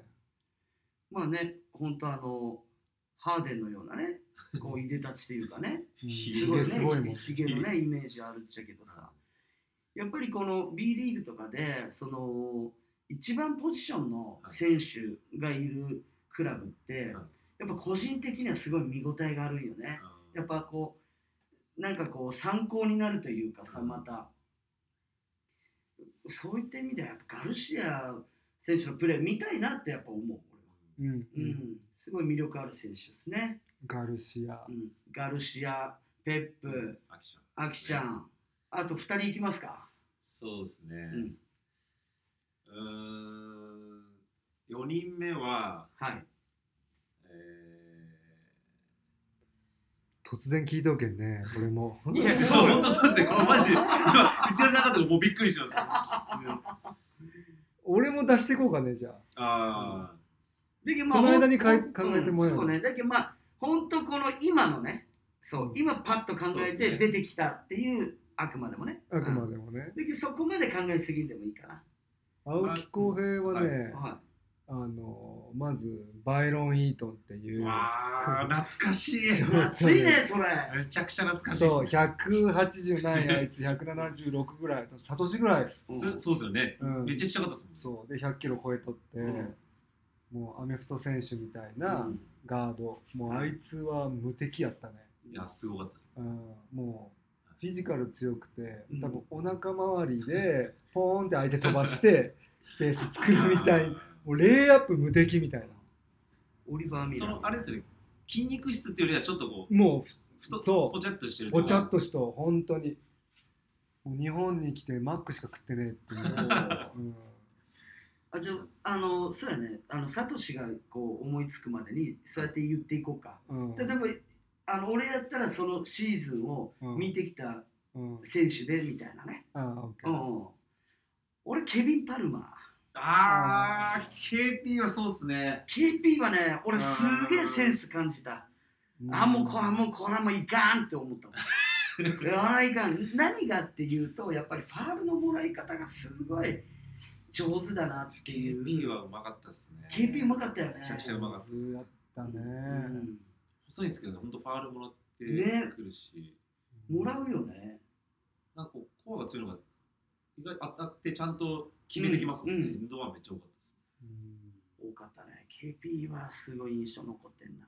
Speaker 1: まあね本当あのハーデンのような ねこういでたちというかね
Speaker 2: え、うん、
Speaker 3: ひ
Speaker 1: す
Speaker 2: す
Speaker 1: ごい
Speaker 2: ご
Speaker 1: ね
Speaker 2: いすごいもん
Speaker 1: ひひげのねイメージあるっちゃけどさやっぱりこの B リーグとかでその一番ポジションの選手がいるクラブって、
Speaker 3: はい
Speaker 1: やっぱ個人的にはすごい見応えがあるんよね。やっぱこうなんかこう参考になるというかさ
Speaker 3: うん
Speaker 1: またそういった意味ではやっぱガルシア選手のプレー見たいなってやっぱ思う俺は、
Speaker 2: うん、
Speaker 1: うんすごい魅力ある選手ですね、
Speaker 2: ガルシア
Speaker 1: うん、ガルシアペップ
Speaker 3: あきちゃん
Speaker 1: アキちゃんあと2人いきますか、
Speaker 3: そうですね
Speaker 1: うん、
Speaker 3: うーん4人目は
Speaker 1: はい
Speaker 3: え
Speaker 2: 突然聞いとけんね俺も
Speaker 1: いや
Speaker 3: ー、そう本当そうですねこれマジで今
Speaker 1: あ
Speaker 3: 内田さんがとかもうびっくりしてますあ
Speaker 2: 俺も出していこうかねじゃあ
Speaker 3: あ
Speaker 1: だけど
Speaker 2: その間に
Speaker 1: ほん
Speaker 2: かい考えても
Speaker 1: うん
Speaker 2: らえば
Speaker 1: そうねだけどまあ本当この今のねそう
Speaker 2: うん
Speaker 1: 今パッと考え
Speaker 3: そうです
Speaker 1: て
Speaker 3: ね
Speaker 1: 出てきたっていうあくまでもね
Speaker 2: あく
Speaker 1: うん
Speaker 2: までもね、
Speaker 1: でそこまで考えすぎんでもいいかな。
Speaker 2: 青木浩平はね、
Speaker 1: は
Speaker 2: あのまずバイロン・イートンっていう
Speaker 3: わあ懐かしい
Speaker 1: い、熱いね、それ。
Speaker 3: めちゃくちゃ懐かしい
Speaker 2: そう
Speaker 3: ですね
Speaker 2: 180ないあいつ176ぐらいサトシぐらい、
Speaker 3: そそうですよね
Speaker 2: うん
Speaker 3: めっちゃちっちゃかったですもんね
Speaker 2: そうで100キロ超えとって、
Speaker 1: うん
Speaker 2: もうアメフト選手みたいうなんガード、もうあいつは無敵やったね、
Speaker 3: いやすごかったです
Speaker 2: うん、もうフィジカル強くて
Speaker 1: うん
Speaker 2: 多分お腹周りでポーンって相手飛ばしてスペース作るみた いなもうレイアップ無敵みたいな
Speaker 1: オリバー・ミ
Speaker 3: そ
Speaker 1: ラ
Speaker 3: のあれですね筋肉質っていうよりはちょっとこう
Speaker 2: もう
Speaker 3: 太
Speaker 2: そう
Speaker 3: ポチャっとしてる
Speaker 2: ぼちゃっとしと本当にもう日本に来てマックしか食ってねえっていう、うん
Speaker 1: あじゃああのそうやねあのサトシがこう思いつくまでにそうやって言っていこうか
Speaker 2: うん
Speaker 1: 例えばあの俺やったらそのシーズンを
Speaker 2: うん
Speaker 1: 見てきた
Speaker 2: うん、
Speaker 1: 選手でみたいなね、
Speaker 2: あーオッケ
Speaker 1: う
Speaker 2: ー
Speaker 1: ん俺ケビン・パルマー
Speaker 3: ああ KP はそうっすね
Speaker 1: KP はね俺すげえセンス感じたあもうこれもうこれはもういかんって思ったもんいやあらいかん何がっていうとやっぱりファールのもらい方がすごい上手だなっていう
Speaker 3: KP はうまかったですね
Speaker 1: KP うまかったよね
Speaker 3: めちゃくちゃうまかったです
Speaker 2: やったね、
Speaker 3: 細いんですけどね本当ファールもらって
Speaker 1: ね
Speaker 3: くるし、
Speaker 1: うんもらうよね
Speaker 3: なんかこうコアが強いのが意外と当たってちゃんと決めてきますもんね、
Speaker 1: うん
Speaker 3: エンドワンめっちゃ多かったです
Speaker 2: うん
Speaker 1: 多かったね KP はすごい印象残ってんな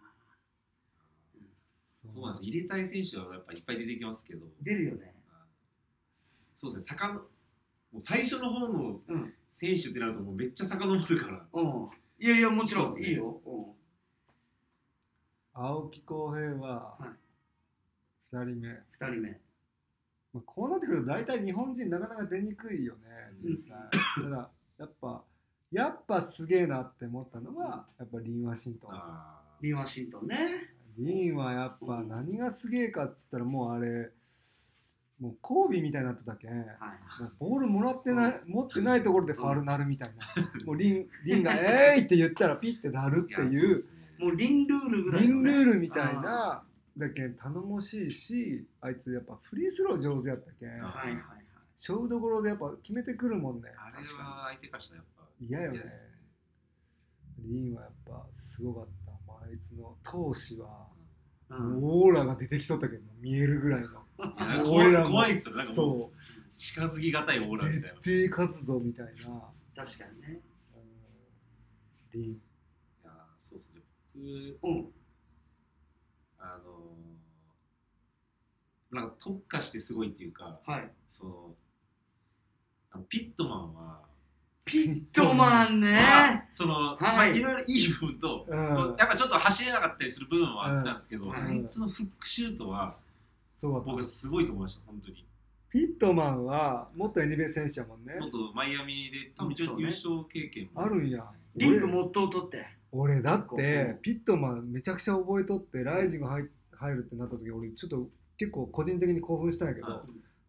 Speaker 3: そうなんです入れたい選手はやっぱいっぱい出てきますけど
Speaker 1: 出るよね
Speaker 3: そうですね坂のもう最初の方の
Speaker 1: うん
Speaker 3: 選手ってなるともうめっちゃ遡るから。
Speaker 1: うん。いやいや、もちろん、
Speaker 3: そうっすね
Speaker 1: いいよ。うん。
Speaker 2: 青木浩平は
Speaker 1: はい
Speaker 2: 2人目、
Speaker 1: 二人目。
Speaker 2: まあ、こうなってくると大体日本人なかなか出にくいよね
Speaker 3: うん
Speaker 2: 実際、ただやっぱやっぱすげえなって思ったのはやっぱリン・ワシントン
Speaker 3: あー
Speaker 1: リン・ワシントンね。
Speaker 2: リンはやっぱ何がすげえかっつったらもうあれもうコービーみたいになってたけん
Speaker 1: はい。
Speaker 2: もうボールもらってない持ってないところでファールなるみたいなもうリンリンが「えーい!」って言ったらピッてなるっ
Speaker 3: い
Speaker 2: て
Speaker 3: や
Speaker 2: い
Speaker 3: そうっすね
Speaker 1: もうリンルールぐらい
Speaker 2: リ
Speaker 1: の
Speaker 2: ンル
Speaker 1: ね、
Speaker 2: ールみたいなだけん頼もしいしあいつやっぱフリースロー上手やったけん
Speaker 1: あー。はいはいはい。
Speaker 2: 勝負どころでやっぱ決めてくるもんね
Speaker 3: あれは相手からしたらやっぱ
Speaker 2: 嫌よね
Speaker 3: 嫌ですね
Speaker 2: リンはやっぱすごかった、まあ、あいつの闘志は
Speaker 1: うん。
Speaker 2: オーラが出てきとったけどもう見えるぐらいの
Speaker 3: いや
Speaker 2: もう
Speaker 3: 怖
Speaker 2: 俺
Speaker 3: い
Speaker 2: らも
Speaker 3: 怖いっすよなんかもう
Speaker 2: そ
Speaker 3: 近づきがたいオー
Speaker 2: う
Speaker 3: ラみたいな
Speaker 2: 絶対勝つぞみたいな、
Speaker 1: 確かにね。
Speaker 2: うん、リン
Speaker 3: いやそうっすね僕
Speaker 1: うん。
Speaker 3: あのなんか特化してすごいっていうか
Speaker 1: はい。
Speaker 3: そのあのピットマンは
Speaker 1: ピットマンね。
Speaker 3: その、
Speaker 1: はい
Speaker 3: いまあ、いろいろいい部分と、
Speaker 2: うん
Speaker 3: やっぱちょっと走れなかったりする部分はあったんですけど、
Speaker 1: うん
Speaker 3: あいつのフックシュートは
Speaker 2: そうだ
Speaker 3: 僕
Speaker 2: った
Speaker 3: すごいと思いました本当に
Speaker 2: ピットマンは元 NBA 選手やもんね
Speaker 3: 元マイアミで多分一
Speaker 1: そう
Speaker 3: 応
Speaker 1: ね
Speaker 3: 優勝経験も
Speaker 2: あるんや
Speaker 1: リングモットを取って。
Speaker 2: 俺だっ
Speaker 1: う
Speaker 2: て
Speaker 1: ん
Speaker 2: ピットマンめちゃくちゃ覚えとってライジング入入るってなった時俺ちょっと結構個人的に興奮したんやけど、
Speaker 3: は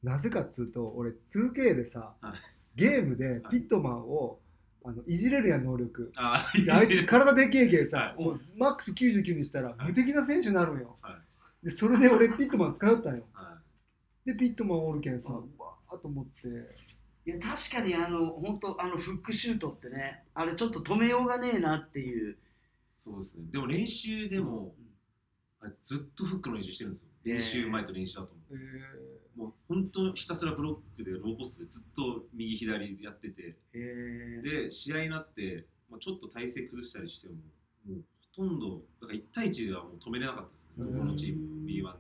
Speaker 2: なぜかっつうと俺 2K でさ、
Speaker 3: はい
Speaker 2: ゲームでピットマンを、い、あのいじれるやん能力
Speaker 3: あ
Speaker 2: であいつ体でけえけえさ、
Speaker 3: は
Speaker 1: うん
Speaker 2: マックス99にしたら
Speaker 3: い
Speaker 2: 無敵な選手になるんよ、
Speaker 3: は
Speaker 2: でそれで俺ピットマン使ったんよ
Speaker 3: はい
Speaker 2: でピットマンおるけんさ、
Speaker 1: う
Speaker 2: うんわーと思って
Speaker 1: いや確かにあの本当あのフックシュートってねあれちょっと止めようがねえなっていう
Speaker 3: そうですね。でも練習でも、あいつずっとフックの練習してるんですよ。練習前と練習後も。
Speaker 2: えー
Speaker 3: もう本当ひたすらブロックでローポストでずっと右左やってて、
Speaker 1: へえ
Speaker 3: で、試合になって、まあ、ちょっと体勢崩したりしても、もうほとんど、だから1対1ではもう止めれなかったですね。どこのチームも B1 では。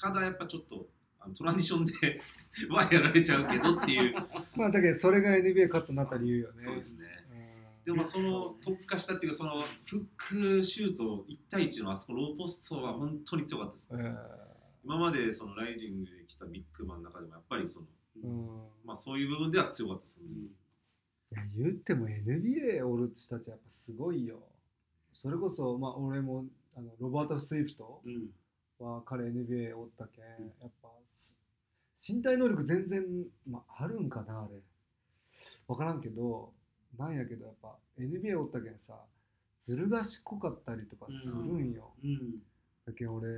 Speaker 3: ただやっぱちょっと、あのトランジションで はやられちゃうけどっ ていう、
Speaker 2: まあだけどそれが NBA カットになった理由よね
Speaker 3: そうですね。
Speaker 2: う
Speaker 3: で
Speaker 2: ん
Speaker 3: もその特化したっていうか、そのフックシュート1対1のあそこローポストは本当に強かったですね。
Speaker 2: え
Speaker 3: 今までそのライジングで来たビッグマンの中でもやっぱりその、
Speaker 2: ーうん
Speaker 3: まあ、そういう部分では強かったですよね。
Speaker 2: いや言っても NBA おる人たちやっぱすごいよ。それこそ、まあ、俺もあのロバート・スイフト
Speaker 1: うん
Speaker 2: は彼 NBA おったけん
Speaker 1: うん、
Speaker 2: やっぱす身体能力全然、まあ、あるんかな、あれ。わからんけど、なんやけどやっぱ NBA おったけんさ、ずる賢かったりとかするんよ。
Speaker 1: うん
Speaker 2: だけん俺、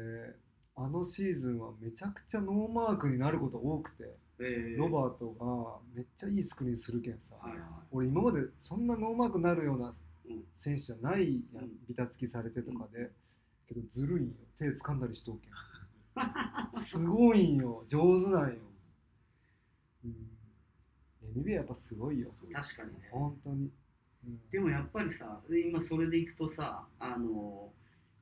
Speaker 2: あのシーズンはめちゃくちゃノーマークになること多くて、
Speaker 1: えー
Speaker 2: ロバートがめっちゃいいスクリーンするけんさ。
Speaker 1: はいは
Speaker 2: 俺今までそんなノーマークなるような
Speaker 1: うん
Speaker 2: 選手じゃないやん、
Speaker 1: うん
Speaker 2: ビタつきされてとかで、けどずるいんよ手掴んだりしとうけん すごいんよ上手なんよ、うん、NBA やっぱすごいよ
Speaker 3: そう
Speaker 1: い
Speaker 3: です
Speaker 1: 確かにね
Speaker 2: 本当に、うん
Speaker 1: でもやっぱりさ今それでいくとさあの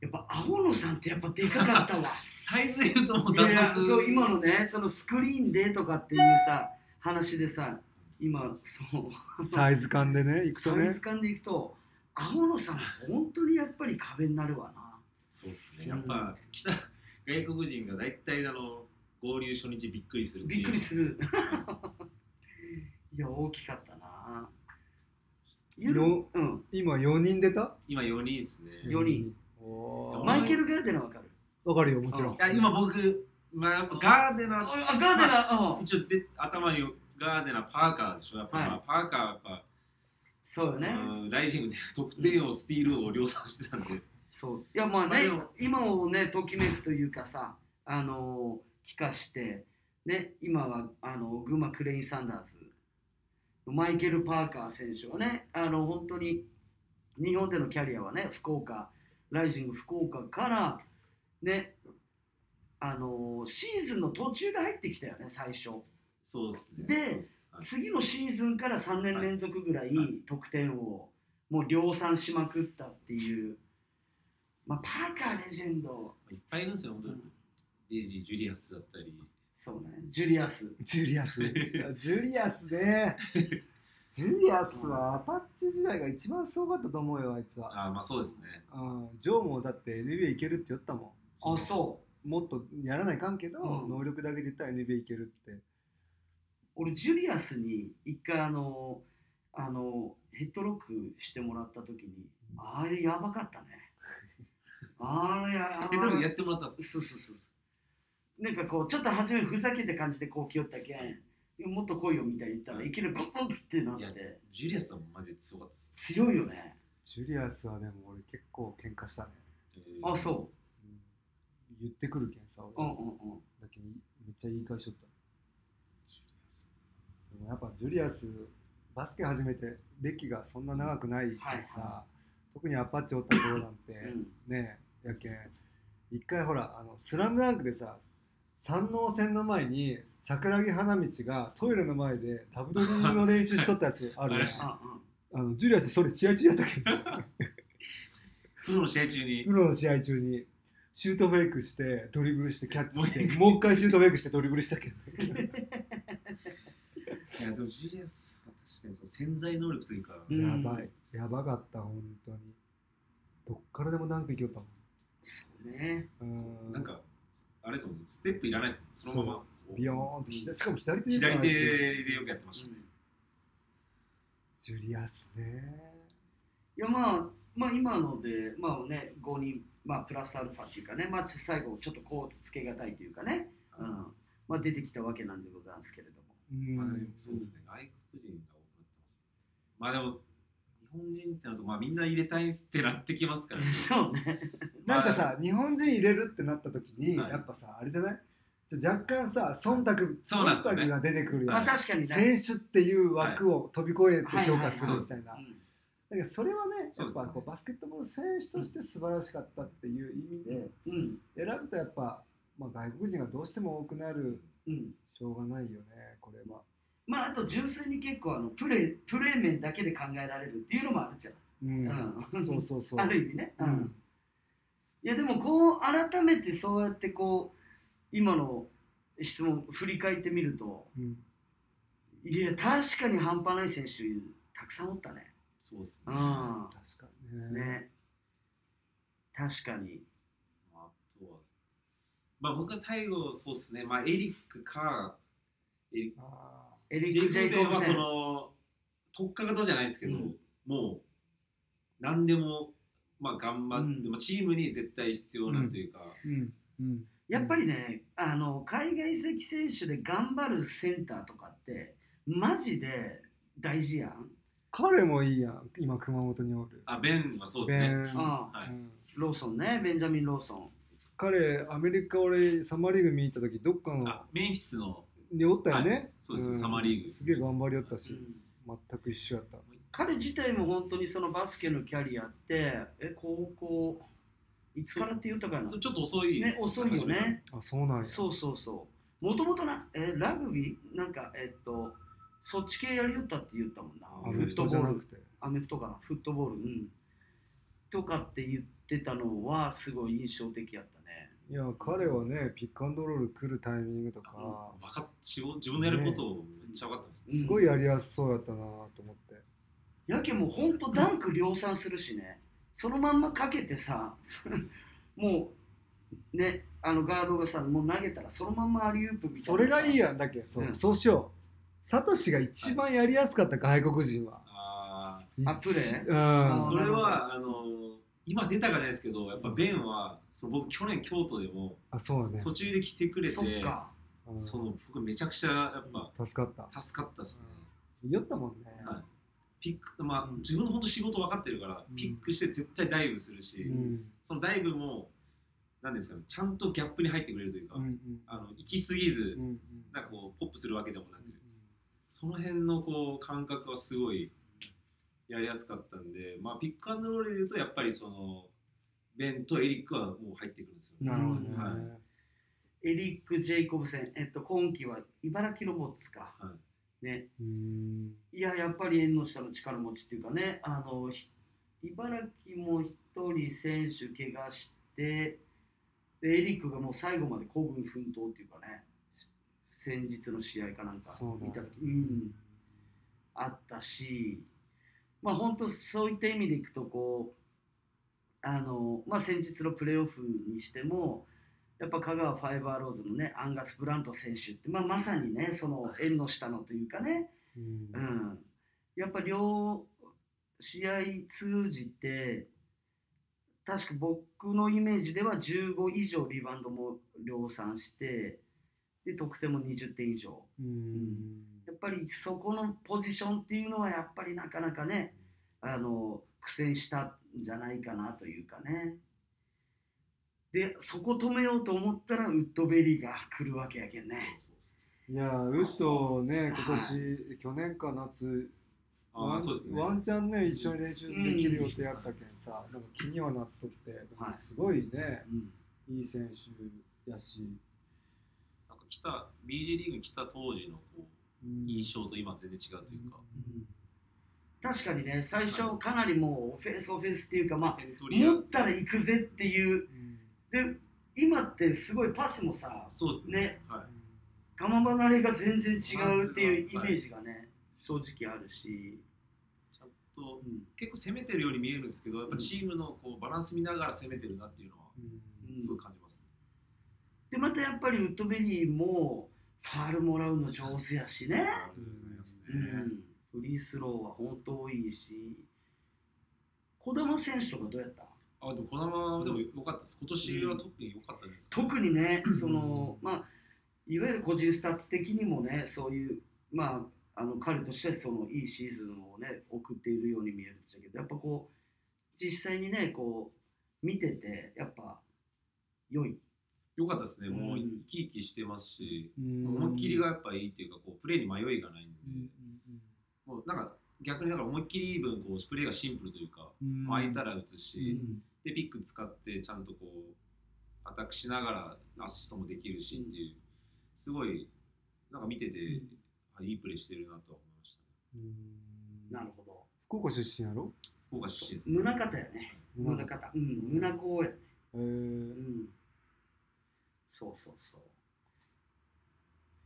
Speaker 1: やっぱ青野さんってやっぱでかかったわ
Speaker 3: サイズで言うともうダ
Speaker 1: い
Speaker 3: ン
Speaker 1: や
Speaker 3: トツ
Speaker 1: そう今のねそのスクリーンでとかっていうさ話でさ今そう
Speaker 2: サイズ感でねいくと
Speaker 1: サイ
Speaker 2: ね
Speaker 1: ズ感でいくと青野さん本当にやっぱり壁になるわな
Speaker 3: そうですね。やっぱ来た外国人が大体あの合流初日びっくりするってい
Speaker 1: び
Speaker 3: う
Speaker 1: っくりするいや大きかったなゆる
Speaker 2: よ
Speaker 1: うん
Speaker 2: 今4人出た
Speaker 3: 今4人ですね。
Speaker 1: 四人
Speaker 2: おー
Speaker 3: うん
Speaker 1: マイケル・ガーデナーわかる
Speaker 2: わかるよもちろん
Speaker 1: う
Speaker 3: いや今僕、まあ、やっぱガーデナー、
Speaker 1: ああガーデナーうん
Speaker 3: 一応で頭にガーデナーパーカーでしょ。やっぱ、
Speaker 1: はい
Speaker 3: まあパーカーはやっぱ、
Speaker 1: そうよね
Speaker 3: うんライジングで 得点をスティールを量産してたんで、
Speaker 1: そういやまあ
Speaker 3: まあ
Speaker 1: ね
Speaker 3: でも
Speaker 1: 今をねときめくというかさあのー、聞かしてね今はあの群馬クレイン・サンダーズマイケル・パーカー選手はねあの本当に日本でのキャリアはね福岡ライジング福岡からねあのーシーズンの途中で入ってきたよね最初
Speaker 3: そうですね。
Speaker 1: で
Speaker 3: そうっすはい
Speaker 1: 次のシーズンから3年連続ぐらい
Speaker 3: はい
Speaker 1: 得点をもう量産しまくったっていう、まあ、パーカーレジェンド
Speaker 3: いっぱいいるんですよ、本当に。レイジー・ジュリアスだったり、
Speaker 1: そうねジュリアス
Speaker 2: ジュリアスいやジュリアスねジュリアスはアパッチ時代が一番すごかったと思うよ、あいつは。
Speaker 3: あーまあそうですね。
Speaker 2: うん、ジョーもだって NBA いけるって言ったもん。
Speaker 1: あそう
Speaker 2: もっとやらないかんけど、
Speaker 1: うん
Speaker 2: 能力だけで言ったら NBA いけるって。
Speaker 1: 俺ジュリアスに一回あのあのヘッドロックしてもらった時にあれやばか ったねあれや
Speaker 3: え、でもやってもらったんで
Speaker 1: そ
Speaker 3: すか
Speaker 1: うそうそうそうなんかこうちょっと初めふざけた感じでこう来よったけんもっと来いよみたいに言ったらいきなりゴンってなっ
Speaker 3: いや
Speaker 1: て
Speaker 3: ジュリアスはマジで強かったです。
Speaker 1: 強いよね
Speaker 2: ジュリアスはでも俺結構喧嘩したね。
Speaker 1: あそう
Speaker 2: 言ってくるけんさ、
Speaker 1: うう
Speaker 2: 俺
Speaker 1: んうんうん
Speaker 2: だけにめっちゃ言い返しとった。
Speaker 3: ジュリアス
Speaker 2: でもやっぱジュリアス、バスケ始めて歴がそんな長くないけどさ、
Speaker 1: はいは
Speaker 2: 特にアパッチおったところなんて、
Speaker 1: うん
Speaker 2: ねえやけん一回ほら「あのスラムダンクでさ山王戦の前に桜木花道がトイレの前でダブドリの練習しとったやつあるやん
Speaker 3: あ
Speaker 1: うんうん
Speaker 2: あのジュリアスそれ試合中やったっけ ど
Speaker 3: プロの試合中に
Speaker 2: プ。ロの試合中にシュートフェイクしてドリブルしてキャッチしてもう一回シュートフェイクしてドリブルしたけど
Speaker 3: いやでもジュリアスは確かにその潜在能力というか、
Speaker 1: うん
Speaker 2: やばいやばかった本当にどっからでもダンクいきよったもん
Speaker 1: そうね
Speaker 2: うん
Speaker 3: なんかあれですもんねステップいらないですもん。そのまま
Speaker 2: ビヨーンと左しかも左手
Speaker 3: 左手
Speaker 2: あい
Speaker 3: でよくやってましたね。
Speaker 2: つジュリアスね
Speaker 1: いやまあまあ今のでまあね5人まあプラスアルファっていうかねまあ最後ちょっとこうつけがたいというかねう
Speaker 3: あ
Speaker 1: んまあ出てきたわけなんでございますけれども
Speaker 2: う
Speaker 3: まあでも
Speaker 2: ん
Speaker 3: そうですね。外国人が多くなってます。まあでも日本人ってなるとまあみんな入れたいってなってきますからね。
Speaker 1: そうね
Speaker 2: なんかさ、日本人入れるってなった時に、
Speaker 3: はい
Speaker 2: やっぱさ、あれじゃないちょ若干さ、忖度、
Speaker 3: そうなんですよ
Speaker 2: 忖
Speaker 3: ね
Speaker 2: 度が出てくるよ、
Speaker 1: ま
Speaker 3: は
Speaker 1: あ
Speaker 3: い
Speaker 1: 確かにね
Speaker 2: 選手っていう枠を飛び越えて評価するみたいな。
Speaker 1: う
Speaker 2: だ
Speaker 1: ん
Speaker 2: けどそれはね、
Speaker 3: そ
Speaker 2: や
Speaker 3: うで
Speaker 2: っ
Speaker 3: すね
Speaker 2: ぱこうバスケットボールの選手として素晴らしかったっていう意味で、
Speaker 1: うん
Speaker 2: 選ぶとやっぱ、まあ、外国人がどうしても多くなる、
Speaker 1: うん
Speaker 2: しょうがないよね、これは。
Speaker 1: まああと純粋に結構あのプレープレー面だけで考えられるっていうのもあるじゃん
Speaker 2: うん。
Speaker 1: うん
Speaker 2: そうそうそう。
Speaker 1: ある意味ね、う
Speaker 2: うんん。
Speaker 1: いやでもこう改めてそうやってこう今の質問振り返ってみると
Speaker 2: うん
Speaker 1: いや確かに半端ない選手たくさんおったね
Speaker 3: そうです
Speaker 1: う
Speaker 3: ね。
Speaker 1: ん
Speaker 3: まあ
Speaker 2: 確かにね。
Speaker 1: ね確かに
Speaker 3: あとはまあ僕は最後そうですね。まあエリックかエリック
Speaker 2: あ
Speaker 1: エリ
Speaker 3: ジェ
Speaker 1: ッ
Speaker 3: イ
Speaker 1: ク・
Speaker 3: コ
Speaker 1: ジ
Speaker 3: ブ
Speaker 1: ェイ
Speaker 3: 戦
Speaker 1: コブ
Speaker 3: は
Speaker 1: セ
Speaker 3: そ
Speaker 1: ン
Speaker 3: の特化型じゃないですけど、
Speaker 1: うん
Speaker 3: もう何でも、まあ、頑張って、
Speaker 1: うん
Speaker 3: まあ、チームに絶対必要なというか、
Speaker 2: ーうん。うん。
Speaker 1: やっぱりねあの海外籍選手で頑張るセンターとかってマジで大事やん、
Speaker 2: 彼もいいやん、今熊本におる。
Speaker 3: あベンはそうですね。
Speaker 2: ベン
Speaker 1: ああ
Speaker 3: はい
Speaker 2: うん
Speaker 1: ローソンねベンジャミン・ローソン
Speaker 2: 彼、アメリカ俺、サマーリーグ見に行った時、どっかの
Speaker 3: あメンフィスの
Speaker 2: におったよね。
Speaker 3: そうです、
Speaker 2: ん
Speaker 3: サマーリーグ
Speaker 2: すげえ頑張りよった
Speaker 1: う
Speaker 2: し、
Speaker 1: ん
Speaker 2: 全く一緒やった。
Speaker 1: 彼自体も本当にそのバスケのキャリアってえ高校いつからって言ったかな
Speaker 3: ちょっと遅い、
Speaker 1: ね遅いよね
Speaker 2: あ、そうなんや。
Speaker 1: そうそうそうもともとなえラグビーなんかえっとそっち系やりよったって言ったもんな
Speaker 2: アメフトじゃなくて。
Speaker 1: アメフトかフットボール、うん、とかって言ってたのはすごい印象的やったね
Speaker 2: いや、彼はね、ピックアンドロール来るタイミングとか、
Speaker 3: 分かっ自分自分のやることをめっちゃ分かってます、
Speaker 1: ね
Speaker 2: すごいやりやすそうやったなと思って。
Speaker 1: やけんもうほんとダンク量産するしねそのまんまかけてさ もうねあのガードがさもう投げたらそのまんまアリウープみたいなさ
Speaker 2: それがいいやんだけど、そう
Speaker 1: うん
Speaker 2: そうしよう。サトシが一番やりやすかった外国人は。
Speaker 3: あ
Speaker 1: あプレー
Speaker 2: うん
Speaker 3: ーそ
Speaker 1: あ。
Speaker 3: れはあの今出たかないですけどやっぱベンはその僕去年京都でも
Speaker 2: あ、そうだね
Speaker 3: 途。中で来てくれて
Speaker 1: そっか
Speaker 2: うん
Speaker 3: その僕めちゃくちゃやっぱ
Speaker 2: 助かった。
Speaker 3: 助かったですね、
Speaker 2: 酔ったもんね。
Speaker 3: はい、ピック、まあ
Speaker 1: うん、
Speaker 3: 自分の本当仕事分かってるから、
Speaker 2: うん
Speaker 3: ピックして絶対ダイブするし、
Speaker 2: うん
Speaker 3: そのダイブも、なんですかね、ちゃんとギャップに入ってくれるというか、
Speaker 2: うん
Speaker 3: あの行き過ぎず、
Speaker 2: うんうん
Speaker 3: なんかこう、ポップするわけでもなく、その辺のこう感覚はすごいやりやすかったんで、まあ、ピックアンドロールで言うと、やっぱりその、ベンとエリックはもう入ってくるんですよ、
Speaker 2: なるほどね。
Speaker 3: はい
Speaker 1: エリック・ジェイコブセン、えっと、今季は茨城ロボッツか
Speaker 3: は
Speaker 1: ね
Speaker 2: うん
Speaker 1: いややっぱり縁の下の力持ちっていうかねあのひ茨城も一人選手怪我してでエリックがもう最後まで孤軍奮闘っていうかね先日の試合かなんか
Speaker 2: そうだ
Speaker 1: 見た時うんあったし、まあ、本当そういった意味でいくとこうあの、まあ、先日のプレーオフにしてもやっぱ香川ファイバーローズの、ね、アンガス・ブラント選手って、まあ、まさに、ね、その縁の下のというかね、
Speaker 2: うん
Speaker 1: うん、やっぱ両試合通じて確か僕のイメージでは15以上リバウンドも量産してで得点も20点以上。
Speaker 2: うん
Speaker 1: やっぱりそこのポジションっていうのはやっぱりなかなかねあの苦戦したんじゃないかなというかねでそこ止めようと思ったらウッドベリーが来るわけやけんね
Speaker 3: そうそうそう
Speaker 2: いやーウッドね今
Speaker 1: は
Speaker 2: 年去年か夏
Speaker 3: あ
Speaker 2: ワン
Speaker 3: あそうですね
Speaker 2: ワンチャンね一緒に練習できる予定やったけんさ、なんか気にはなっとって、でもすごいね
Speaker 1: うん
Speaker 2: いい選手やし、
Speaker 3: なんか来た BG リーグに来た当時のこう
Speaker 2: うん
Speaker 3: 印象と今全然違うというか、
Speaker 1: 確かにね最初かなりもうオフェンスオフェンスっていうかまあ
Speaker 3: エントリー
Speaker 1: 持ったら行くぜっていう
Speaker 2: うん
Speaker 1: で今ってすごいパスもさ
Speaker 3: そうですね
Speaker 1: ね
Speaker 3: はい
Speaker 1: 球離れが全然違うっていうイメージがね正直あるし、
Speaker 3: ちゃんと
Speaker 1: うん
Speaker 3: 結構攻めてるように見えるんですけどやっぱチームのこうバランス見ながら攻めてるなっていうのは
Speaker 2: うん
Speaker 3: すごい感じます、ね
Speaker 1: でまたやっぱりウッドベリーもファールもらうの上手やしね、
Speaker 3: ありがとうございますね
Speaker 1: うん、フリースローは本当多いし児玉選手とかどうやった
Speaker 3: あでもこのままでも良かったです今年は特に良かったんですけど、
Speaker 1: 特にねその、まあ、いわゆる個人スタッツ的にもねそういう、まあ、あの彼としてはそのいいシーズンをね送っているように見えるんだけどやっぱこう実際にねこう見ててやっぱ良い。
Speaker 3: 良かったですねもう
Speaker 1: うん
Speaker 3: 生き生きしてますし、
Speaker 2: うん
Speaker 3: 思いっきりがやっぱいいっていうかこうプレーに迷いがないんで、もうなんか逆にだから思いっきりいい分こうプレーがシンプルというか
Speaker 2: うん
Speaker 3: 空いたら打つ
Speaker 2: う
Speaker 3: し、
Speaker 2: ん
Speaker 3: でピック使ってちゃんとこうアタックしながらアシストもできるしっていうすごいなんか見てて、あいいプレーしてるなとは思いました、ね、
Speaker 2: うん
Speaker 1: なるほど。
Speaker 2: 福岡出身やろ
Speaker 3: 福岡出身です、
Speaker 1: 宗像やね。宗像。うん、宗像や
Speaker 2: えー
Speaker 1: うんそうそうそう。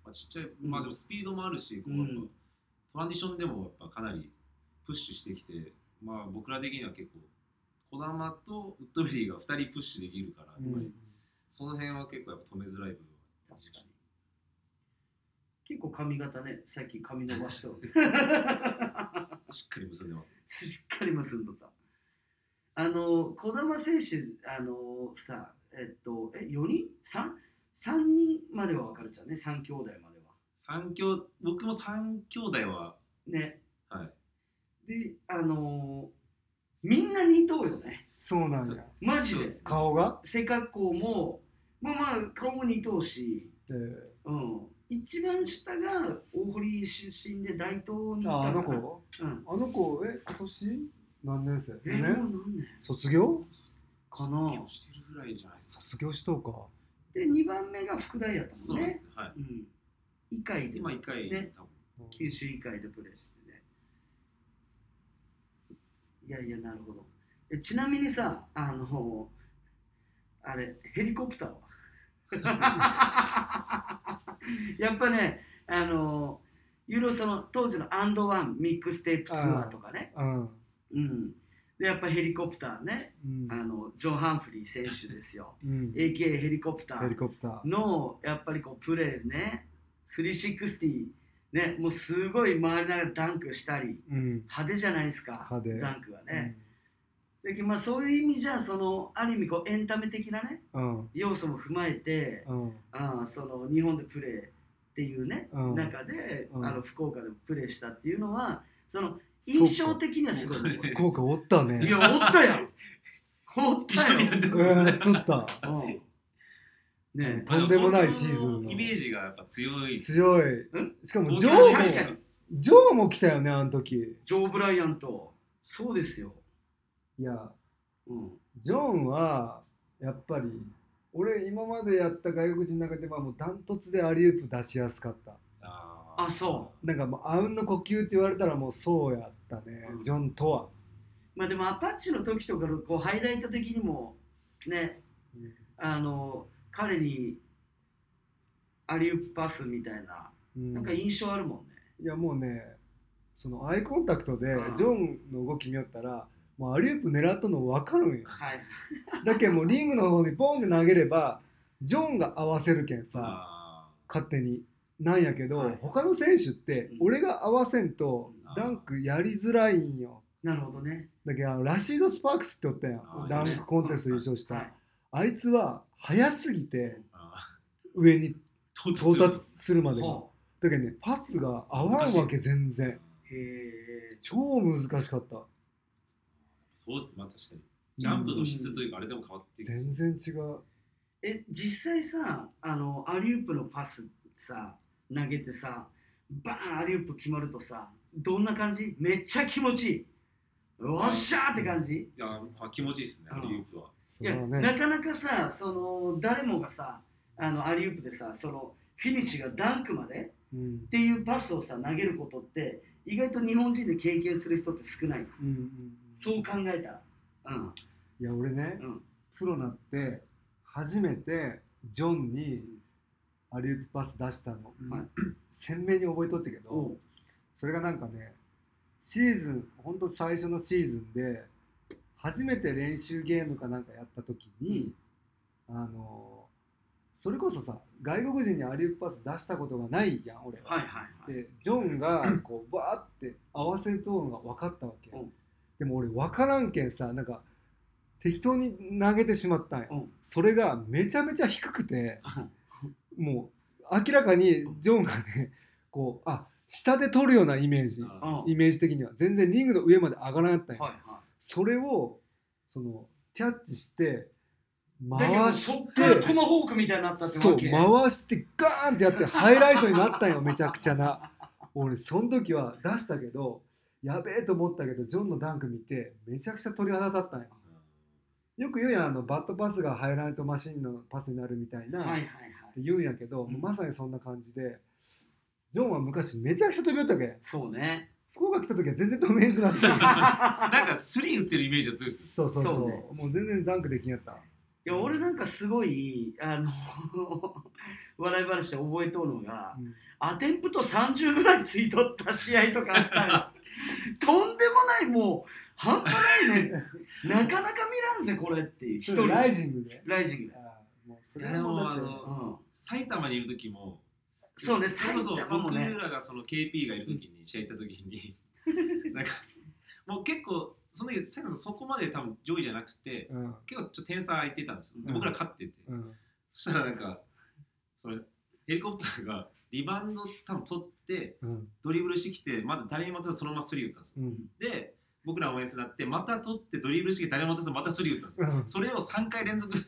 Speaker 3: まあ、ちっちゃいまあでもスピードもあるしこう
Speaker 1: うん
Speaker 3: やっぱトランジションでもやっぱかなりプッシュしてきてまあ僕ら的には結構児玉とウッドベリーが2人プッシュできるからやっぱり、
Speaker 2: うん
Speaker 3: その辺は結構やっぱ止めづらい部分は
Speaker 1: 確かに。結構髪型ね、最近髪伸ばしてる。
Speaker 3: しっかり結んでます
Speaker 1: しっかり結んどった。あの、児玉選手、あのさ、えっと、え、4人 ?3? 三人までは分かるじゃんね、3兄弟までは。
Speaker 3: 三兄僕も三兄弟は
Speaker 1: ね。
Speaker 3: はい
Speaker 1: で、あのみんな似頭よね。
Speaker 2: そうなんや。
Speaker 1: マジ
Speaker 3: そう
Speaker 1: で
Speaker 3: で。す
Speaker 2: 顔が
Speaker 1: 背格好も、まあまあ、顔も似頭し、
Speaker 2: えー
Speaker 1: うん、一番下が大堀出身で大東にいた
Speaker 2: ああの
Speaker 1: から
Speaker 2: 子
Speaker 1: うん、
Speaker 2: あの子、え、今年何年生
Speaker 1: えも
Speaker 2: ?4 年
Speaker 1: う何年
Speaker 2: 卒業
Speaker 1: かな
Speaker 3: してるぐらいじゃないですか
Speaker 2: 卒業しとうか。
Speaker 1: で2番目が福大やった
Speaker 3: そ
Speaker 1: も
Speaker 3: うんです
Speaker 1: ね
Speaker 3: ねはい
Speaker 1: うん医会で
Speaker 3: 今一回
Speaker 1: ね
Speaker 3: 多分
Speaker 1: 九州医会でプレーしてねいやいやなるほどえちなみにさあのあれヘリコプ ターはやっぱねあのユーロその当時のアンドワンミックステープツアーとかね
Speaker 2: うん。
Speaker 1: うん、でやっぱヘリコプターね、
Speaker 2: うん
Speaker 1: あのジョン・ハンフリー選手ですよ、
Speaker 2: うん。ヘ
Speaker 1: AKA ヘリコプタ
Speaker 2: リ
Speaker 1: ー
Speaker 2: コプター。
Speaker 1: のやっぱりこうプレーね、360、ね、もうすごい回りながらダンクしたり、
Speaker 2: うん。
Speaker 1: 派手じゃないですか、
Speaker 2: 派手
Speaker 1: ダンクはね。でまあ、そういう意味じゃ、そのある意味こうエンタメ的な、ね、
Speaker 2: うん。
Speaker 1: 要素も踏まえて、
Speaker 2: うん。
Speaker 1: あーその日本でプレーっていうね、
Speaker 2: うん
Speaker 1: 中で、
Speaker 2: うん
Speaker 1: あの福岡でプレーしたっていうのは、その印象的にはすごい。
Speaker 2: 効果おった
Speaker 1: い
Speaker 2: ね。
Speaker 1: や、おった やん。おっ
Speaker 3: 一
Speaker 1: た
Speaker 3: 緒にや
Speaker 1: や
Speaker 3: っ
Speaker 1: ん。
Speaker 3: て
Speaker 2: う
Speaker 3: ま
Speaker 2: ん、
Speaker 3: すよね
Speaker 2: やっ とった。
Speaker 1: うんね
Speaker 2: とんでもないシーズンの
Speaker 3: あのイメージがやっぱ強いです
Speaker 2: 強い。しかも、ジョー
Speaker 1: え。
Speaker 2: も、
Speaker 1: 確
Speaker 2: ジ
Speaker 1: か
Speaker 2: ョ
Speaker 1: に、
Speaker 2: ーも来たよね、あの時。
Speaker 1: ジョー・ブライアンと、そうですよ。
Speaker 2: いや、
Speaker 1: うん。
Speaker 2: ジョンは、やっぱり、俺、今までやった外国人の中では、もうダントツでアリウープ出しやすかった。
Speaker 3: あー
Speaker 1: あそ
Speaker 2: なんかもう、あうんの呼吸って言われたら、もうそうやったね
Speaker 1: う。ん
Speaker 2: ジョンとは。
Speaker 1: まあでも、アパッチの時とかのこうハイライト的にも、ね、あの、彼にアリウープパスみたいな、
Speaker 2: うん
Speaker 1: なんか印象あるもんね。
Speaker 2: いやもうねそのアイコンタクトで
Speaker 1: うん
Speaker 2: ジョンの動き見よったらもうアリウープ狙ったの分 かるんよ
Speaker 1: はい
Speaker 2: だけどもうリングの方にポンって投げればジョンが合わせるけんさ
Speaker 3: あ
Speaker 2: 勝手になんやけど、
Speaker 1: はい
Speaker 2: 他の選手って
Speaker 1: うん
Speaker 2: 俺が合わせんと
Speaker 3: うん
Speaker 2: ダンクやりづらいんよ
Speaker 1: なるほどね
Speaker 2: だけどあのラシード・スパークスっておったやん
Speaker 3: あ
Speaker 1: ー
Speaker 2: ダンクコンテスト優勝した、
Speaker 1: はい
Speaker 2: あいつは早すぎて
Speaker 3: ーあ
Speaker 2: 上に
Speaker 3: ー
Speaker 2: 到達するまでが
Speaker 1: ほ
Speaker 2: だけどねパスが合わんわけ全然
Speaker 1: うへえ
Speaker 2: 超難しかった
Speaker 3: そうですね、まあ、確かに。ジャンプの質というか、あれでも変わっていく。
Speaker 2: 全然違う
Speaker 1: え実際さあのアリウープのパスさ投げてさバーンアリウープ決まるとさどんな感じめっちゃ気持ちいいおっしゃーって感じ、
Speaker 3: いやー、気持ちいいですね、
Speaker 1: うん
Speaker 3: アリウープは。
Speaker 2: そ
Speaker 1: いや
Speaker 2: れは
Speaker 1: な
Speaker 2: ね
Speaker 1: かなかさその誰もがさあのアリウープでさそのフィニッシュがダンクまで
Speaker 2: うん
Speaker 1: っていうパスをさ投げることって意外と日本人で経験する人って少ない
Speaker 2: うんうんうん
Speaker 1: そう考えたらうん
Speaker 2: いや俺ね、
Speaker 1: うん
Speaker 2: プロになって初めてジョンにアリウープパス出したの、
Speaker 1: はい
Speaker 2: 鮮明に覚えとっちゃけど、
Speaker 1: おう
Speaker 2: それがなんかねシーズンほんと最初のシーズンで初めて練習ゲームかなんかやった時に、あのそれこそさ外国人にアリウープパス出したことがないやん俺は
Speaker 1: はいはいはい
Speaker 2: でジョンがこうバーって合わせとうのが分かったわけ、
Speaker 1: うん
Speaker 2: でも俺分からんけんさなんか適当に投げてしまったんや、
Speaker 1: うん
Speaker 2: それがめちゃめちゃ低くてもう明らかにジョンがねこうあ下で取るようなイメージ
Speaker 1: うんはい
Speaker 2: イメージ的には全然リングの上まで上がらなかったんや、
Speaker 1: は
Speaker 2: それをそのキャッチして
Speaker 1: い
Speaker 2: 回
Speaker 1: だけどそ
Speaker 2: し
Speaker 1: っから
Speaker 2: て
Speaker 1: トマホークみたいになったって
Speaker 2: そう
Speaker 1: わけ
Speaker 2: 回してガーンって やってハイライトになったんよめちゃくちゃな俺その時は出したけどやべえと思ったけどジョンのダンク見てめちゃくちゃ鳥肌立ったんよよく言うやんあのバットパスがハイライトマシンのパスになるみたいな、
Speaker 1: はいはいはい
Speaker 2: って言うんやけど、
Speaker 1: うん
Speaker 2: もうまさにそんな感じでジョンは昔めちゃくちゃ飛び寄ったわけ
Speaker 1: そうね
Speaker 2: 福岡来た時は全然飛べんくなっ て
Speaker 1: い
Speaker 2: た
Speaker 3: なんか、スリー打ってるイメージは強いです。
Speaker 2: そうそうそう
Speaker 1: そうね
Speaker 2: もう全然ダンクできんやった
Speaker 1: や俺なんかすごいあの 笑い話で覚えとうのが
Speaker 2: うん
Speaker 1: アテンプト30ぐらいついとった試合とかあった らとんでもないもう半端ないねなかなか見らんぜこれっていう一
Speaker 2: それ
Speaker 1: 人
Speaker 2: ライジングで
Speaker 1: ライジングだよ
Speaker 2: あーもうそ
Speaker 3: い
Speaker 2: れ
Speaker 3: や
Speaker 2: は
Speaker 3: で
Speaker 2: もうだ
Speaker 3: も、
Speaker 2: って
Speaker 3: あ
Speaker 1: う
Speaker 3: の、
Speaker 1: ん
Speaker 3: 埼玉にいる時も、
Speaker 1: そうね
Speaker 3: れこそ
Speaker 1: 埼玉も
Speaker 3: 僕
Speaker 1: ね
Speaker 3: らがその KP がいる時に、試合行った 時に、なんか、もう結構、その時、埼玉そこまで多分上位じゃなくて、
Speaker 2: うん
Speaker 3: 結構ちょっと点差空いてたんですよ。で
Speaker 2: うん
Speaker 3: 僕ら勝ってて。
Speaker 2: うん
Speaker 3: そしたらなんか、それ、ヘリコプターがリバウンド多分取って、
Speaker 2: うん
Speaker 3: ドリブルしてきて、まず誰にも当たらずそのままスリー打ったんですよ。
Speaker 2: うん
Speaker 3: で、僕ら応援するなって、また取ってドリブルしてきて、誰も当たらずまたスリー打ったんですよ。それを3回連続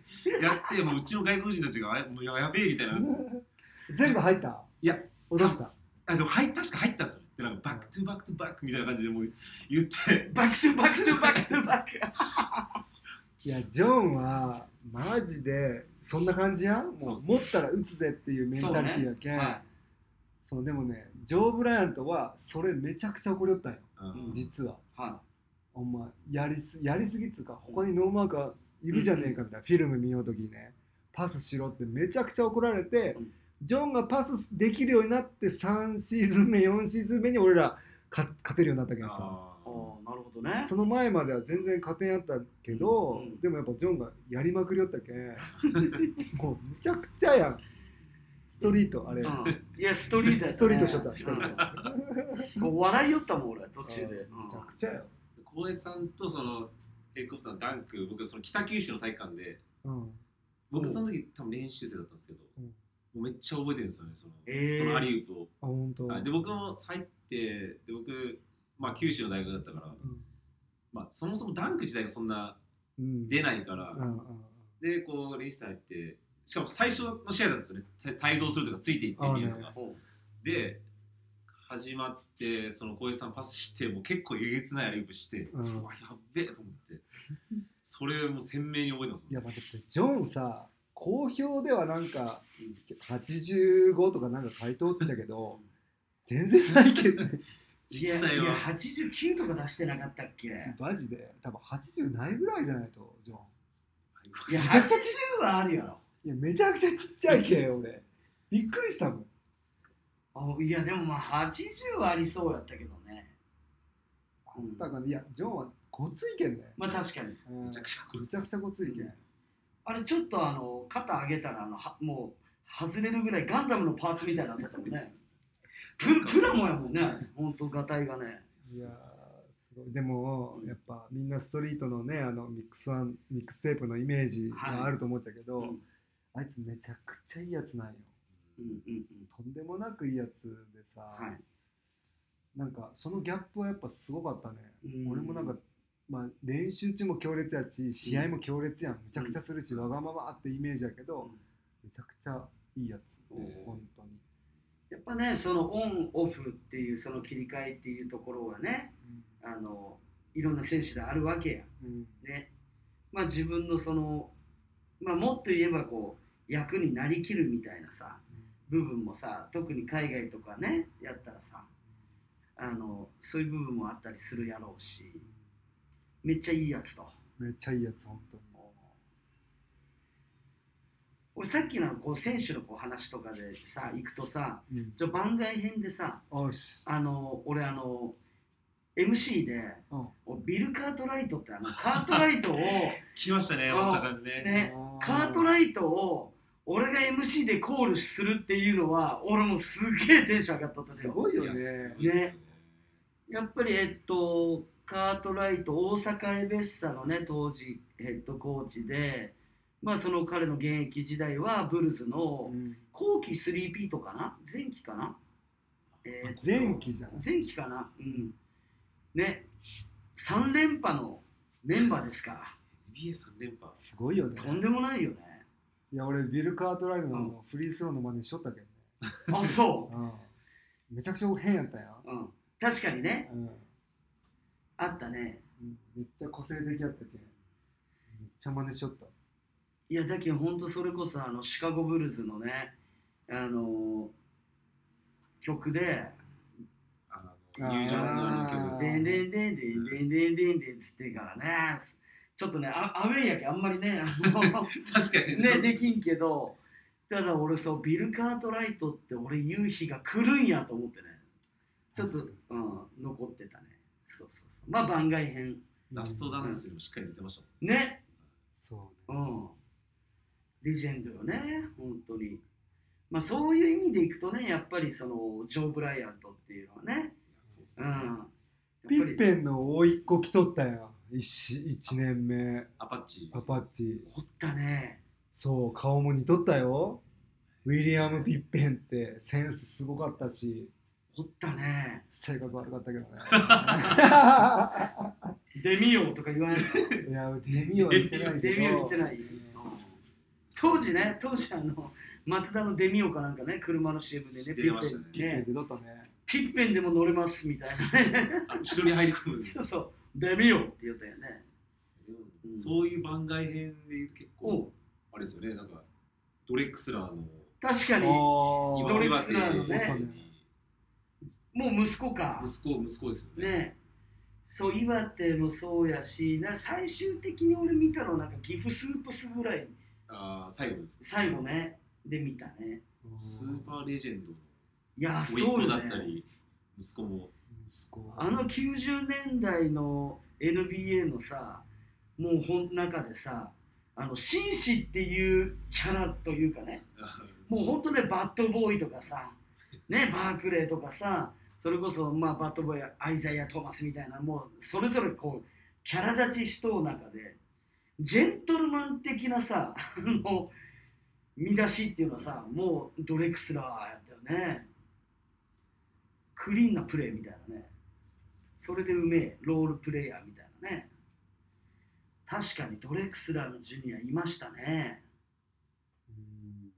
Speaker 3: やって、もううちの外国人たちが、あもうややべえみたいな。
Speaker 2: 全部入った
Speaker 3: いや
Speaker 2: 落とした
Speaker 3: あでも入っ確か入ったんですよ。で、なんかバックトゥバックトゥバックみたいな感じでもう言って、
Speaker 1: バックトゥバックト ゥバックトゥバック
Speaker 2: いやジョンはマジでそんな感じやん
Speaker 3: そう
Speaker 2: も
Speaker 3: っ
Speaker 2: う
Speaker 3: す
Speaker 2: 持ったら打つぜっていうメンタリティやけんそう、
Speaker 1: は
Speaker 2: でもねジョー・ブライアントはそれめちゃくちゃ怒りよったんよ
Speaker 3: うん
Speaker 2: 実は、
Speaker 1: いは
Speaker 2: お前やりすやりすぎっつうか他にノーマーカーいるじゃねえかみたいな、フィルム見ようときにねパスしろってめちゃくちゃ怒られて、
Speaker 1: うん
Speaker 2: ジョンがパスできるようになって3シーズン目4シーズン目に俺ら勝勝てるようになったけどさ
Speaker 3: あ
Speaker 1: い
Speaker 3: ー
Speaker 1: おーなるほどね
Speaker 2: その前までは全然勝てんやったけど、
Speaker 1: うんうん
Speaker 2: でもやっぱジョンがやりまくりよったけ んもうむちゃくちゃやんストリートあれ、
Speaker 1: うんいやストリートや
Speaker 2: ストリートしとった
Speaker 1: ね
Speaker 2: 一人で、
Speaker 1: う
Speaker 2: うんん、
Speaker 1: もう笑いよったもん俺途中で、
Speaker 2: むちゃくちゃよ、
Speaker 3: 浩平さんとそのヘリコプターのダンク、僕その北九州の体育館で、
Speaker 2: うん、
Speaker 3: 僕その時多分練習生だったんですけど、
Speaker 2: うん
Speaker 3: もうめっちゃ覚えてるんですよね、その,、
Speaker 1: えー
Speaker 3: そのアリウープを。
Speaker 2: あ本当
Speaker 3: はいで、僕も入って、で僕、まあ、九州の大学だったから、まあ、そもそもダンク自体がそんな
Speaker 2: うん、
Speaker 3: 出
Speaker 2: い、
Speaker 3: ないから、
Speaker 2: うんうんうん
Speaker 3: で、こう練習生入って、しかも最初の試合なんですよね、た帯同するとかついていってみるの
Speaker 2: あー
Speaker 3: が
Speaker 2: ね。
Speaker 1: おう
Speaker 3: で始まってその浩平さんパスしてもう結構えげつないアリウープして、
Speaker 2: う
Speaker 3: う
Speaker 2: ん
Speaker 3: わやっべえと思ってそれもう鮮明に覚えてますもん
Speaker 2: いやまあだってジョンさ好評ではなんか85とかなんか回答ってたけど全然ないけどね
Speaker 3: 実際
Speaker 1: いやいや
Speaker 3: は
Speaker 1: 89とか出してなかったっけいや
Speaker 2: マジで多分80ないぐらいじゃないとジョン
Speaker 1: 80はあるやろ
Speaker 2: いやめちゃくちゃちっちゃいけよ俺びっくりしたもん
Speaker 1: あいやでもまあ80はありそうやったけどねうん
Speaker 2: だからいやジョンはごついけんね、
Speaker 1: まあ確かに
Speaker 2: うん
Speaker 3: めちゃくちゃこ
Speaker 2: めちゃくちゃごついけん、
Speaker 1: あれちょっとあの肩上げたらあのはもう外れるぐらいガンダムのパーツみたいになってたもん ねププラモやもんね本当ガタイがね
Speaker 2: いやーすごいでも
Speaker 1: うん
Speaker 2: やっぱみんなストリートのねあのミックスワンミックステープのイメージがあると思っちゃうけど、
Speaker 1: うん
Speaker 2: あいつめちゃくちゃいいやつなんよ
Speaker 1: うんうん
Speaker 2: とんでもなくいいやつでさ、
Speaker 1: うんはい
Speaker 2: なんかそのギャップはやっぱすごかったね、
Speaker 1: うん
Speaker 2: 俺もなんか、まあ、練習中も強烈やし試合も強烈やん、めちゃくちゃするし、わがままってイメージやけど、
Speaker 1: うん
Speaker 2: めちゃくちゃいいやつ、
Speaker 3: うん
Speaker 2: 本当に、
Speaker 1: やっぱねそのオンオフっていうその切り替えっていうところがねあのいろんな選手であるわけや
Speaker 2: うん
Speaker 1: ねまあ自分のそのまあもっと言えばこう役になりきるみたいなさ部分もさ特に海外とかねやったらさあのそういう部分もあったりするやろうしめっちゃいいやつと
Speaker 2: めっちゃいいやつ本当に
Speaker 1: 俺さっきのこう選手のこう話とかでさ行くとさ、
Speaker 2: うん
Speaker 1: ちょ番外編でさ
Speaker 2: おし、
Speaker 1: あの俺あの MC で
Speaker 2: うん
Speaker 1: ビル・カートライトってあのカートライトを
Speaker 3: 来ましたね
Speaker 1: あ
Speaker 3: 大阪にね
Speaker 1: ねカートライトを俺が MC でコールするっていうのは俺もすげえテンション上がったんです
Speaker 2: す
Speaker 1: よ
Speaker 2: ごいよ
Speaker 3: や
Speaker 2: ね
Speaker 3: すごいっすよ
Speaker 1: ねやっぱり、えっと、カートライト大阪エベッサのね当時ヘッドコーチで、まあ、その彼の現役時代はブルズの
Speaker 2: うん
Speaker 1: 後期 3P とかな前期かな、えーっと
Speaker 2: 前期じゃない
Speaker 1: 前期かなうんね3連覇のメンバーですから
Speaker 3: NBA3 連覇
Speaker 2: すごいよね
Speaker 1: とんでもない よね
Speaker 2: いや俺ビル・カートライトのあのフリースローの真似しとったけどね、
Speaker 1: あそ
Speaker 2: うん、めちゃくちゃ変やったやん、
Speaker 1: う、うん、確かにね
Speaker 2: うん
Speaker 1: あったね
Speaker 2: めっちゃ個性的やったけんめっちゃ真似しとった
Speaker 1: いやだけど本当それこそあのシカゴブルズのねあの曲で
Speaker 3: あ
Speaker 2: あ
Speaker 3: の
Speaker 2: ー
Speaker 3: 友情のあ
Speaker 1: 「
Speaker 3: の
Speaker 1: でんでんでんでんでんでんでんでん」っつってからねちょっとねあアウェーやけあんまりねあの
Speaker 3: 曲確かに
Speaker 1: ねできんけどただ俺そうビル・カートライトって俺夕日が来るんやと思ってねちょっと、
Speaker 2: 確か
Speaker 1: うん、残ってたねそうそうそうまあ番外編
Speaker 3: ラストダンスにもしっかり出てましたもん
Speaker 1: ね
Speaker 2: そう
Speaker 1: う
Speaker 2: ね、
Speaker 1: ん、レジェンドよね、本当に。まあ、そういう意味でいくとね、やっぱりそのジョー・ブライアントっていうのはね、
Speaker 3: いやそうです
Speaker 1: う
Speaker 3: ね
Speaker 1: ん、やっぱ
Speaker 2: ピッ
Speaker 1: り
Speaker 2: ペンの甥っ子来とったやん 1, 1年目
Speaker 3: アパッチ
Speaker 2: アパッチ
Speaker 1: 掘ったね、
Speaker 2: そう顔も似とったよウィリアム・ピッペンってセンスすごかったし
Speaker 1: 掘ったね、
Speaker 2: 性格悪かったけど ね
Speaker 1: デミオとか言わない
Speaker 2: いやデミオは言ってないけ ど
Speaker 1: デミオ言ってない。うん当時ね、当時あの、松田のデミオかなんかね、車の CM でね、
Speaker 3: 出てましたね
Speaker 1: ピ
Speaker 2: ピ
Speaker 1: ッペ
Speaker 2: ッペン
Speaker 1: ンね
Speaker 2: 出とったね
Speaker 1: ピッペンでも乗れますみたい なね、
Speaker 3: あ後ろに入り込むんです
Speaker 1: そうそう、デミオって言ったよね。うん
Speaker 3: そういう番外編で言うと結
Speaker 1: お
Speaker 3: 構あれですよねなんかドレックスラーの
Speaker 1: 確かに、も
Speaker 2: お
Speaker 1: ド
Speaker 2: ー
Speaker 1: レックスラーのね
Speaker 3: 岩手に
Speaker 1: う息子か。
Speaker 3: 息子息子ですよね
Speaker 1: ねそう岩手もそうやしな最終的に俺見たのはなんかギフスープスぐらい
Speaker 3: あー最後ですね
Speaker 1: 最後ねで見たね
Speaker 3: スーパーレジェンドの
Speaker 1: いや
Speaker 3: 甥っ
Speaker 1: そう
Speaker 3: 子
Speaker 1: よ
Speaker 3: だった
Speaker 1: ね
Speaker 3: り息子も
Speaker 2: 息子
Speaker 1: あの90年代の NBA のさもうほん中でさあの紳士っていうキャラというかね
Speaker 3: あ
Speaker 1: もう本当ねバッドボーイとかさねバークレーとかさそれこそまあバッドボーイアイザイア・トーマスみたいなもうそれぞれこうキャラ立ちしとう中でジェントルマン的なさあの見出しっていうのはさもうドレクスラーやったよねクリーンなプレーみたいなねそれでうめえロールプレイヤーみたいなね確かにドレクスラーのジュニアいましたね
Speaker 2: うん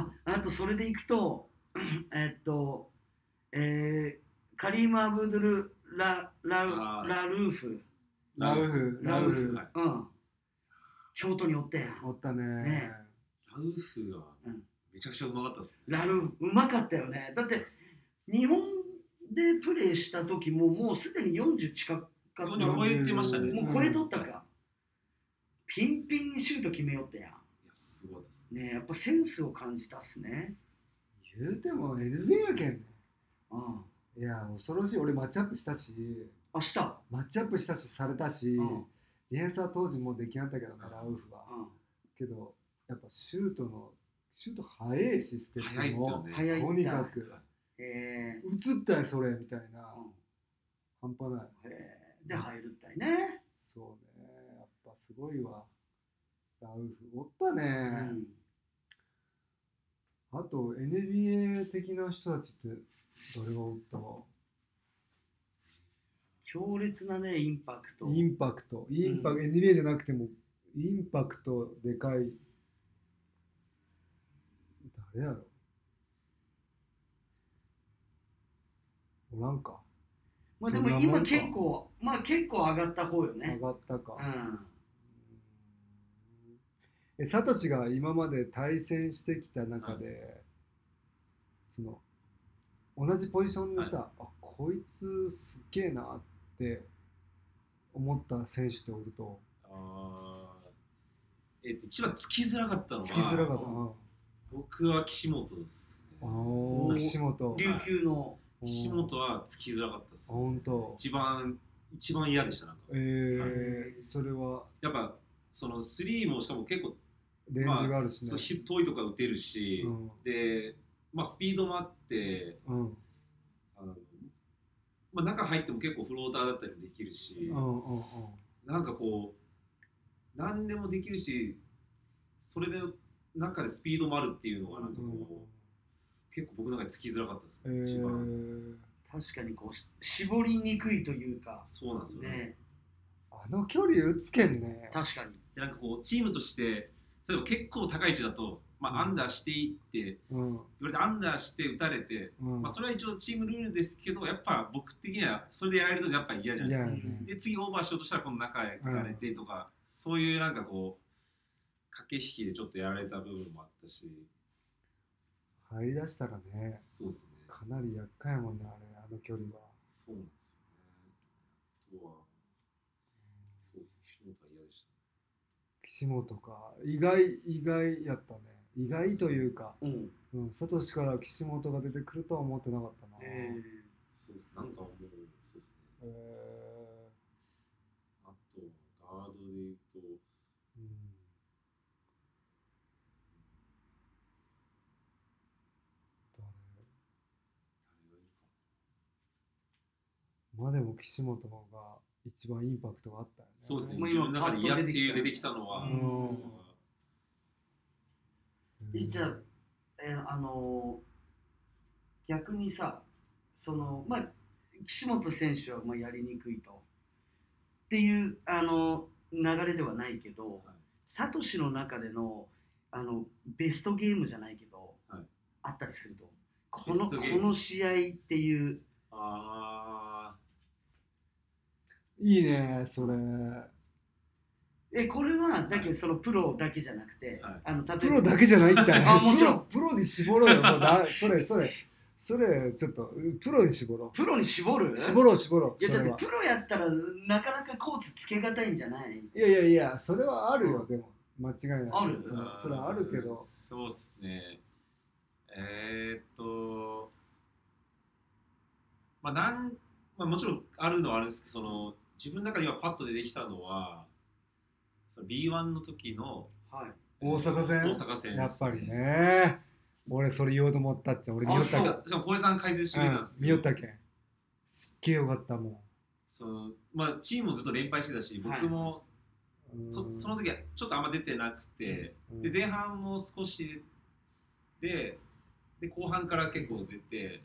Speaker 1: ああとそれでいくと、 えっと、えーカリーム・アブドゥル・ララ
Speaker 3: あー
Speaker 1: ラルーフ、
Speaker 2: ラウフ
Speaker 1: ラウフ
Speaker 3: はい
Speaker 1: うん、京都におってんやん
Speaker 2: おったね
Speaker 1: ね
Speaker 3: ラウフが
Speaker 1: うん
Speaker 3: めちゃくちゃうまかったですね
Speaker 1: ラルーフ、うまかったよね。だって、日本でプレーした時も、もうすでに40近かった。も
Speaker 3: 40超えてましたね
Speaker 1: う超えとった
Speaker 3: いや
Speaker 1: か。ピンピンにシュート決めよってや
Speaker 3: すごかったですね
Speaker 1: ん。ねえやっぱセンスを感じたっすね。
Speaker 2: 言うても NBA やけんね
Speaker 1: うん、
Speaker 2: いや恐ろしい俺マッチアップしたし
Speaker 1: あした、
Speaker 2: マッチアップしたしされたし、
Speaker 1: うんうん
Speaker 2: ディフェンスは当時もう出来上がったけどね、ラウフは。けど、やっぱシュートの、シュート速いし、ステップも。
Speaker 3: 早いっすよね。
Speaker 1: 早い
Speaker 2: とにかく、
Speaker 1: ええ
Speaker 2: 映ったよ、それ、みたいな。
Speaker 1: う
Speaker 2: 半端ない。
Speaker 1: ん、ええで入るったいね、
Speaker 2: そうね、やっぱすごいわ。ラウフ、おったね。
Speaker 1: うん、
Speaker 2: あと、NBA 的な人たちって、どれがおったわ。
Speaker 1: 強烈なねインパクト
Speaker 2: インパクト、インパク
Speaker 1: う
Speaker 2: ト、NBA じゃなくても、インパクトでかい。誰やろおらんか。
Speaker 1: まあでも
Speaker 2: そんなも
Speaker 1: 今
Speaker 2: んか
Speaker 1: 結構まあ結構上がった方よ
Speaker 2: 上
Speaker 1: ね
Speaker 2: がったか
Speaker 1: う。ん
Speaker 2: え、サトシが今まで対戦してきた中で、その、同じポジションでさ、あ、こいつすっげえなって思った選手っておると、
Speaker 3: あーえっと、一番つきづらかったのは、
Speaker 2: つきづらかった
Speaker 1: あ
Speaker 2: な。
Speaker 3: 僕は岸本ですね。
Speaker 2: おー岸本。
Speaker 1: 琉球の
Speaker 3: 岸本はつきづらかったです。
Speaker 2: 本当。
Speaker 3: 一番、一番嫌でした、なんか。
Speaker 2: えー
Speaker 1: はい
Speaker 2: それは
Speaker 3: やっぱ、そのスリーもしかも結構、
Speaker 2: レンジがあるしね
Speaker 3: そう。ひ遠いとこから打てるし、
Speaker 2: うん
Speaker 3: で、まあ、スピードもあって、
Speaker 2: うん
Speaker 3: あのまあ、中入っても結構フローターだったりもできるし、
Speaker 2: うんうん
Speaker 3: なんかこう、何でもできるし、それで中でスピードもあるっていうのが、なんかこう、結構僕の中でつきづらかったです
Speaker 2: う
Speaker 3: ね、
Speaker 2: ん。え
Speaker 3: 一番。
Speaker 2: ー、
Speaker 1: 確かにこうし絞りにくいというか
Speaker 3: そうなんですよね。
Speaker 1: ね
Speaker 2: あの距離打つけんね。
Speaker 1: 確かに
Speaker 3: でなんかこう、チームとして、例えば結構高い位置だと、まあ、ア
Speaker 2: うん
Speaker 3: ンダーしていって、言
Speaker 2: うん
Speaker 3: われてアンダーして打たれて、
Speaker 2: うん。
Speaker 3: まあ、それは一応チームルールですけど、やっぱ僕的にはそれでやられるとやっぱり嫌じゃない
Speaker 2: い
Speaker 3: です
Speaker 2: や
Speaker 3: か。
Speaker 2: ね
Speaker 1: うん。
Speaker 3: で、次オーバーしようとしたら、この中へ行かれてとか、そういうなんかこう、駆け引きでちょっとやられた部分もあったし、
Speaker 2: 入り出したらね、
Speaker 3: そうですね。
Speaker 2: かなり厄介やもんね、あれ、あの距離は。
Speaker 3: そうなんですよね。あとは、そうですね、は嫌でした。
Speaker 2: 岸本か、意外、意外やったね。意外というか、
Speaker 1: うん
Speaker 2: うん、サトシから岸本が出てくるとは思ってなかったな。
Speaker 1: え
Speaker 3: そうですね、なんかもう、そうですね。
Speaker 2: えー
Speaker 3: あと、ガードで言うと、
Speaker 2: うん誰
Speaker 3: 誰がいるか
Speaker 2: まあでも岸本の方が一番インパクトがあったよね。
Speaker 3: そうですね、
Speaker 1: まあ
Speaker 3: 自分の中で嫌っていう
Speaker 1: 今
Speaker 3: 出てきたのは、
Speaker 1: パッ
Speaker 2: と出て
Speaker 1: え
Speaker 2: きたう
Speaker 3: そういうのが
Speaker 2: ん
Speaker 1: じゃあ、えーあのー逆にさそのまあ岸本選手はまあやりにくいとっていうあの流れではないけど、
Speaker 3: はい
Speaker 1: サトシの中でのあのベストゲームじゃないけど、
Speaker 3: はい
Speaker 1: あったりするとこ
Speaker 3: ベ
Speaker 1: の
Speaker 3: ス
Speaker 1: こ
Speaker 3: トゲーム
Speaker 1: の試合っていう
Speaker 3: あ
Speaker 2: いいね、それ。
Speaker 1: えこれはだけどそのプロだけじゃなくて、
Speaker 3: はい
Speaker 1: あの例えば
Speaker 2: プロだけじゃないんだ
Speaker 1: あ
Speaker 2: よね。
Speaker 1: も
Speaker 2: プ
Speaker 1: ちろ
Speaker 2: ロ、
Speaker 1: ん
Speaker 2: プロに絞ろうよ。もう なそれ、それ、それ、ちょっと、プロに絞ろ
Speaker 1: プロに絞る
Speaker 2: う。絞ろう、絞ろう。
Speaker 1: いや
Speaker 2: そ
Speaker 1: だっ
Speaker 2: れ
Speaker 1: て
Speaker 2: は。
Speaker 1: プロやったらなかなかコーツつけがたいんじゃない
Speaker 2: いやいやいや、それはあるよ、でも。間違いない。
Speaker 1: ある
Speaker 3: ー
Speaker 2: それそれはあるけど。
Speaker 3: そうですね。えー、っと、まあなんまあ、もちろんあるのはあるんですけど、その自分の中で今パッと出てきたのは、その B1 の時の
Speaker 1: はい
Speaker 2: 大阪戦
Speaker 3: 大阪戦
Speaker 2: やっぱり。ね。俺、それ言おうと思ったっちゃ。俺、見よ
Speaker 3: あ
Speaker 2: っ
Speaker 3: そ
Speaker 2: た
Speaker 3: う
Speaker 2: けん。
Speaker 3: しかも小江さん解説してくれたんです
Speaker 2: うん見
Speaker 3: け
Speaker 2: よ
Speaker 3: ど
Speaker 2: ったけん。すっげえよかったも
Speaker 3: そのまあ、チームもずっと連敗してたし、僕も
Speaker 2: ん。うん
Speaker 3: そその時はちょっとあんま出てなくて、
Speaker 2: うん
Speaker 3: で前半も少しでで後半から結構出て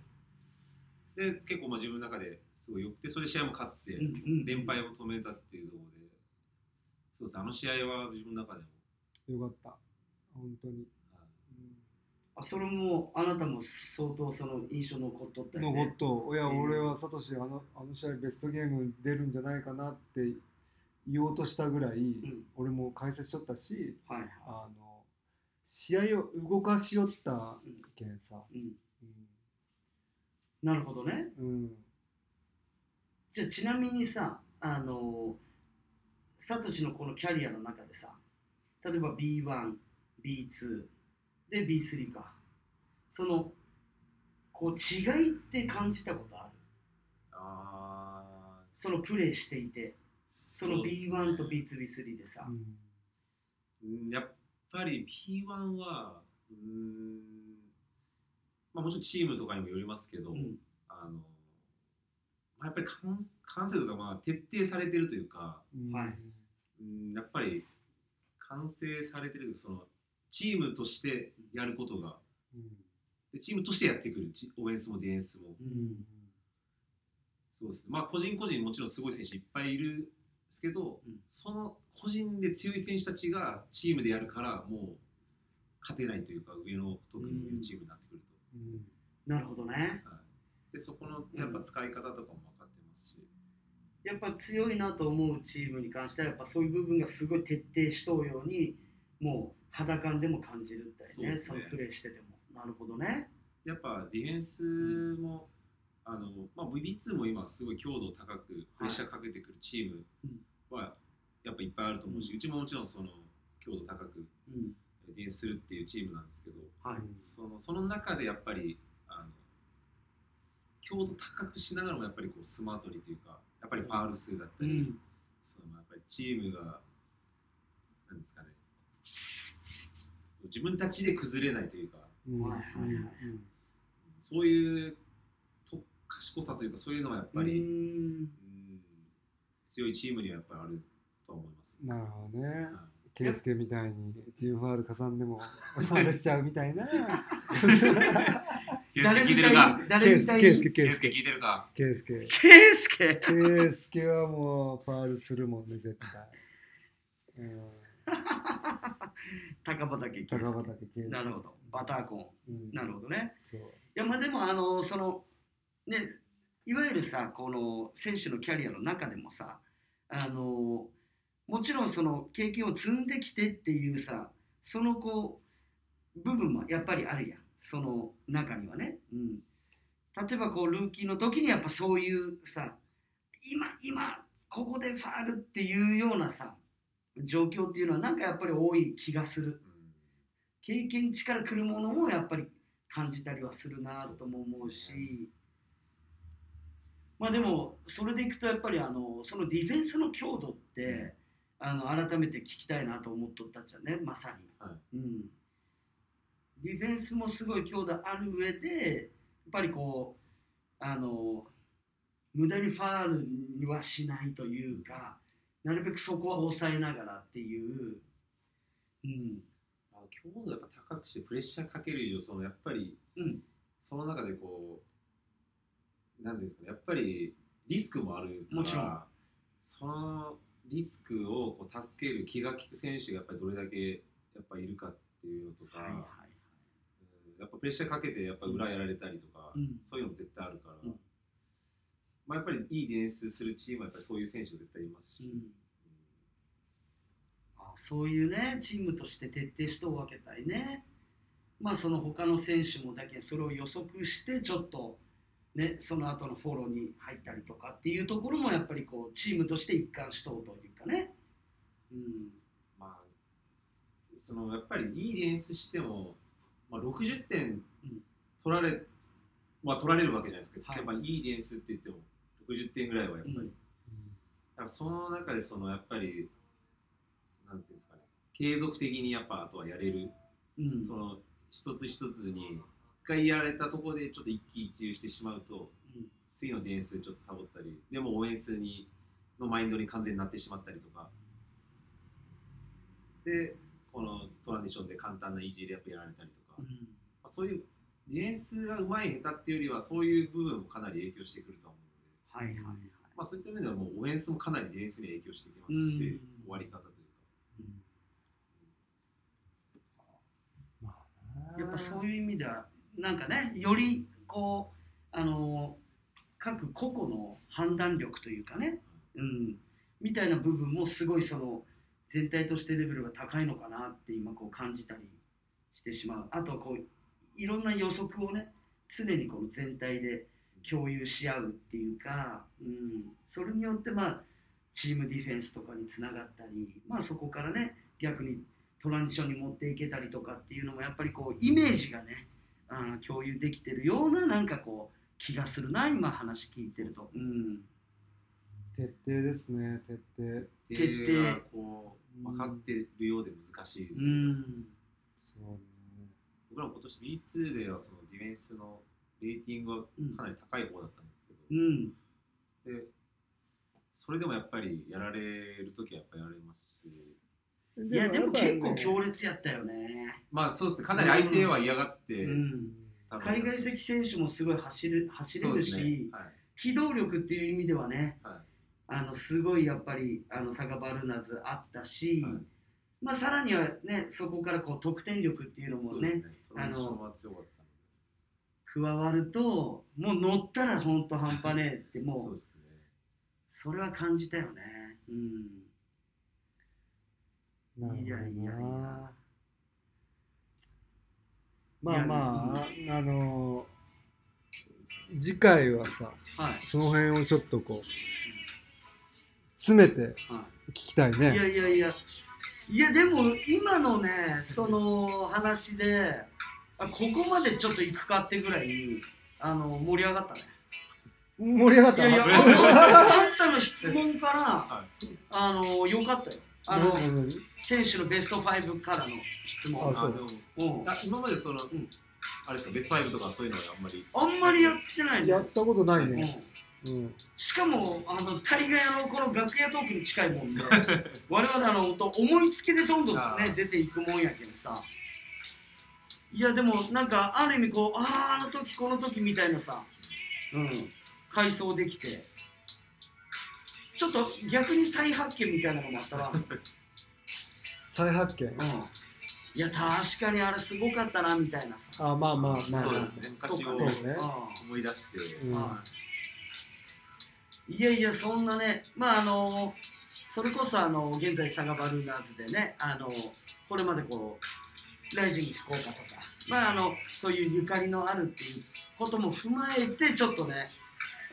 Speaker 3: で結構まあ自分の中ですごい良くてそれで試合も勝って、連敗を止めたっていうところでそうですねあの試合は自分の中でも
Speaker 2: よかった。本当に。
Speaker 3: はい
Speaker 1: あそれもあなたも相当その印象残っとったよ
Speaker 2: のこ
Speaker 1: ね。
Speaker 2: と、いや、
Speaker 1: うん
Speaker 2: 俺はサトシ、あのあの試合ベストゲーム出るんじゃないかなって言おうとしたぐらい、
Speaker 1: うん、
Speaker 2: 俺も解説しとったし、
Speaker 1: はいはい。
Speaker 2: あの試合を動かしよった
Speaker 1: うん
Speaker 2: けんさ、
Speaker 1: うん、なるほどね。
Speaker 2: うん、うん、
Speaker 1: じゃあちなみにさ、あのサトシのこのキャリアの中でさ、例えば B1、B2 で B3 か、そのこう違いって感じたことある？
Speaker 3: あー
Speaker 1: そのプレーしていてその B1 と B2B3 でさ、
Speaker 2: うん
Speaker 3: うんやっぱり P1 は、うーんまあ、もちろんチームとかにもよりますけど、
Speaker 1: うん
Speaker 3: あのまあ、やっぱり完完成度がまあ徹底されてるというか、
Speaker 2: うん
Speaker 1: はい
Speaker 3: うんやっぱり完成されてるというかそのチームとしてやることが
Speaker 2: うん
Speaker 3: でチームとしてやってくるチオフェンスもディフェンスも
Speaker 2: うん
Speaker 3: そうですねまあ個人個人もちろんすごい選手いっぱいいるんですけど、
Speaker 1: うん
Speaker 3: その個人で強い選手たちがチームでやるからもう勝てないというか上の特に上のチームになってくると、
Speaker 2: うん
Speaker 1: なるほどね
Speaker 3: はい、でそこのやっぱ使い方とかも分かってますし、
Speaker 1: やっぱ強いなと思うチームに関してはやっぱそういう部分がすごい徹底しとうようにもう肌感でも感じるった
Speaker 3: そう
Speaker 1: り
Speaker 3: で
Speaker 1: ねそ
Speaker 3: すね
Speaker 1: のプレーしててもなるほどね
Speaker 3: やっぱディフェンスも、あのまあ、VB2 も今すごい強度高くプレッシャーかけてくるチームはやっぱいっぱいあると思うし、うちももちろんその強度高く
Speaker 1: うん
Speaker 3: ディフェンスするっていうチームなんですけど
Speaker 1: はい、
Speaker 3: そのその中でやっぱりあの強度高くしながらもやっぱりこうスマートにというかやっぱりファール数だったり、そのやっぱりチームがなんですかね自分たちで崩れないというか
Speaker 2: うん
Speaker 1: はいはいはい
Speaker 2: うん
Speaker 3: そういうと賢さというかそういうのがやっぱり、
Speaker 1: うーん
Speaker 3: うん強いチームにはやっぱりあるとは思います、
Speaker 2: なるほどね
Speaker 3: はい。
Speaker 2: ケイスケみたいに TFR 加算 でもファウルしちゃうみたいな。
Speaker 3: ケイスケ
Speaker 1: 誰
Speaker 3: 聞
Speaker 1: み
Speaker 3: いて
Speaker 1: たい
Speaker 3: るか
Speaker 1: に
Speaker 2: ケ
Speaker 1: 誰
Speaker 2: イ
Speaker 1: み
Speaker 2: ス
Speaker 1: た
Speaker 2: ケ、
Speaker 1: い
Speaker 2: ケイ
Speaker 1: に
Speaker 2: スケ、ケ
Speaker 3: ケ
Speaker 2: イ
Speaker 3: イ
Speaker 2: ス
Speaker 3: スケ
Speaker 2: ケ。
Speaker 3: 聞いてるか
Speaker 2: ケイスケ。
Speaker 1: ケースケ
Speaker 2: ケースケはもうファールするもんね絶対、うん、
Speaker 1: 高畑圭介
Speaker 2: 高畑圭介
Speaker 1: なるほどバターコーン
Speaker 2: うん
Speaker 1: なるほどね
Speaker 2: そう
Speaker 1: いやまあでもあのそのねいわゆるさこの選手のキャリアの中でもさあのもちろんその経験を積んできてっていうさそのこう部分もやっぱりあるやんその中にはね、うん、例えばこうルーキーの時にやっぱそういうさ今今ここでファールっていうようなさ状況っていうのはなんかやっぱり多い気がする
Speaker 3: うん
Speaker 1: 経験値から来るものもやっぱり感じたりはするなとも思うし、
Speaker 3: そうで
Speaker 1: まあでもそれでいくとやっぱりあのそのディフェンスの強度って、
Speaker 3: うん
Speaker 1: あの改めて聞きたいなと思っとったっちゃねまさに、
Speaker 3: は
Speaker 1: うん、ディフェンスもすごい強度ある上でやっぱりこうあの無駄にファールにはしないというかなるべくそこは抑えながらっていう、うん、
Speaker 3: あ強度やっぱ高くしてプレッシャーかける以上そのやっぱり、
Speaker 1: うん
Speaker 3: その中でこう何ですかねやっぱりリスクもあるから
Speaker 1: もちろん
Speaker 3: そのリスクをこう助ける気が利く選手がやっぱりどれだけやっぱいるかっていうのとか、
Speaker 1: はいはい
Speaker 3: うんやっぱプレッシャーかけてやっぱ裏やられたりとか、
Speaker 1: うん
Speaker 3: そういうのも絶対あるから、
Speaker 1: うん
Speaker 3: まあ、やっぱりいいディフェンスするチームはやっぱりそういう選手絶対いますし、
Speaker 1: うんあそういうねチームとして徹底してお分けたいねまあその他の選手もだけどそれを予測してちょっとねその後のフォローに入ったりとかっていうところもやっぱりこうチームとして一貫しとうというかねうん
Speaker 3: まあ、そのやっぱりいいディフェンスしても、まあ、60点
Speaker 1: うん
Speaker 3: 取られ、まあ、取られるわけじゃないですけど、
Speaker 1: はい
Speaker 3: やっぱいいディフェンスって言っても60点ぐらいはやっぱり、
Speaker 1: う
Speaker 3: だ
Speaker 1: ん
Speaker 3: からその中でそのやっぱりなんていうんですかね継続的にやっぱあとはやれる、
Speaker 1: うん
Speaker 3: その一つ一つに一回やられたところでちょっと一喜一憂してしまうと
Speaker 1: うん
Speaker 3: 次のディフェンスちょっとサボったりでもオフェンスにのマインドに完全になってしまったりとかでこのトランジションで簡単なイージーレイアップやられたりとか、
Speaker 1: う
Speaker 3: ま
Speaker 1: ん
Speaker 3: あ、そういうディフェンスがうまい下手っていうよりはそういう部分もかなり影響してくると思うので、
Speaker 1: はいはいはい
Speaker 3: まあ、そういった意味ではもうオフェンスもかなりディフェンスに影響してきます
Speaker 1: う
Speaker 3: し、
Speaker 1: ん
Speaker 3: 終わり方というか
Speaker 2: まあ
Speaker 1: やっぱそう
Speaker 2: いう
Speaker 1: いう意味ではなんかねよりこうあの各個々の判断力というかね、うん、みたいな部分もすごいその全体としてレベルが高いのかなって今こう感じたりしてしまうあとはこういろんな予測をね常にこう全体で共有し合うっていうか、うん、それによってまあチームディフェンスとかにつながったり、まあ、そこからね逆にトランジションに持っていけたりとかっていうのもやっぱりこうイメージがねあー共有できてるようななんかこう気がするな今話聞いてると。うん
Speaker 2: 徹底ですね徹底
Speaker 1: 徹底
Speaker 3: 手がこう分かってるようで難しいと
Speaker 1: う
Speaker 3: いうんか、
Speaker 2: そうね
Speaker 3: 僕らも今年 B2 ではそのディフェンスのレーティングは
Speaker 1: うん
Speaker 3: かなり高い方だったんですけど、
Speaker 1: うん
Speaker 3: でそれでもやっぱりやられる時はやっぱやられますし
Speaker 1: いやでも結構強
Speaker 2: 烈、
Speaker 1: 烈やったよね、
Speaker 3: まあそうですねかなり相手は嫌がって、
Speaker 1: うん、
Speaker 3: 多分
Speaker 1: 海外籍選手もすごい走る走れるし、
Speaker 3: そうですねはい
Speaker 1: 機動力っていう意味ではね
Speaker 3: は
Speaker 1: あのすごいやっぱりあのサガバルナーズあったし、
Speaker 3: いはい
Speaker 1: まあ、さらにはねそこからこう得点力っていうの
Speaker 3: そ
Speaker 1: も
Speaker 3: うです
Speaker 1: ね
Speaker 3: トランジションは強かったので
Speaker 1: 加わるともう乗ったら本当半端ねえっても
Speaker 3: そう
Speaker 1: う
Speaker 3: ですね
Speaker 1: それは感じたよねうん。
Speaker 2: なるほどない
Speaker 1: やいやいや。
Speaker 2: まあまあ、あのー次回はさ、
Speaker 1: はい。
Speaker 2: その辺をちょっとこう、詰めて
Speaker 1: は
Speaker 2: 聞きたい
Speaker 1: い、いや
Speaker 2: ね。
Speaker 1: いやいや。いやでも今のねその話であここまでちょっと行くかってぐらいあの盛り上が ったね。
Speaker 2: 盛り上がっ
Speaker 1: い
Speaker 2: た
Speaker 1: やいやあ
Speaker 3: 危ない
Speaker 1: あんたの質問から
Speaker 3: は
Speaker 1: あの良かったよ。あの
Speaker 2: ななな
Speaker 1: 選手のベスト5からの質問
Speaker 2: あそう
Speaker 3: でも
Speaker 1: うん
Speaker 3: あ今までその、
Speaker 1: ん
Speaker 3: あれですかベスト5とかそういうのはあんまり
Speaker 1: あんまりやってないね
Speaker 2: や。ったことない
Speaker 1: うん
Speaker 2: ね。うん。
Speaker 1: しかもあの大概あのこの楽屋トークに近いもん で我々あの本当思いつきでどんどんね
Speaker 3: あー
Speaker 1: 出ていくもんやけどさいやでもなんかある意味こうあああの時この時みたいなさうん回想できてちょっと逆に再発見みたいなのもあったら、 うん、
Speaker 2: 再発見。
Speaker 1: いや確かにあれすごかったなみたいなさ
Speaker 2: あ、まあまあまあ。
Speaker 3: そうですね昔を
Speaker 2: そうね。
Speaker 1: う
Speaker 3: 思い出して、
Speaker 1: ん
Speaker 2: うん
Speaker 1: はいいやいやそんなねまああのそれこそあの現在サガバルーナーズでねあのこれまでこうライジング福岡とかまああのそういうゆかりのあるっていうことも踏まえてちょっとね、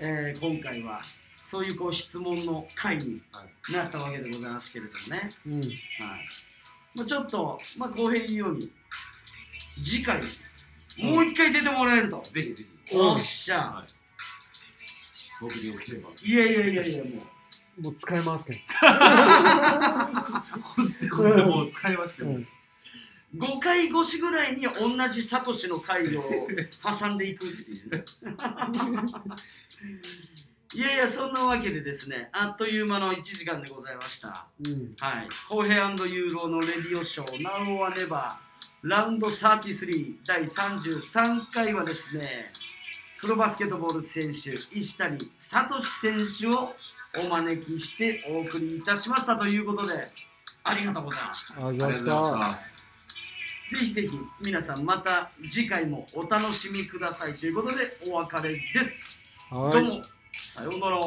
Speaker 1: えー今回はそういうこう質問の回になったわけでございますけれどもね、
Speaker 2: うん。
Speaker 1: はいまあ、ちょっと、まあ、公平に言うように次回もう一回出てもらえると、
Speaker 3: ぜひぜひ、
Speaker 1: おっしゃ、
Speaker 3: はい、僕によければ
Speaker 1: いやいやいやいや、もう。
Speaker 2: もう使えます ね。
Speaker 3: コステコステもう使いました
Speaker 2: う
Speaker 3: よ、
Speaker 2: ん。
Speaker 1: 5回越しぐらいに同じサトシの回を挟んでいくっていう。 いやいや、そんなわけでですね、あっという間の1時間でございました。
Speaker 2: うん。
Speaker 1: はい。浩平ユーロのレディオショー、Now or Never、ラウンド33、第33回はですね、プロバスケットボール選手、石谷聡選手をお招きしてお送りいたしましたということで、ありがとうございました。
Speaker 2: あり
Speaker 3: あ
Speaker 2: がとうご
Speaker 3: り
Speaker 2: ざ
Speaker 3: が
Speaker 2: い
Speaker 3: とう
Speaker 2: ま
Speaker 3: ご
Speaker 2: した
Speaker 3: ざいま。した
Speaker 1: ぜひぜひ皆さんまた次回もお楽しみくださいということでお別れです。
Speaker 2: は
Speaker 1: どう
Speaker 2: い。
Speaker 1: もさようなら。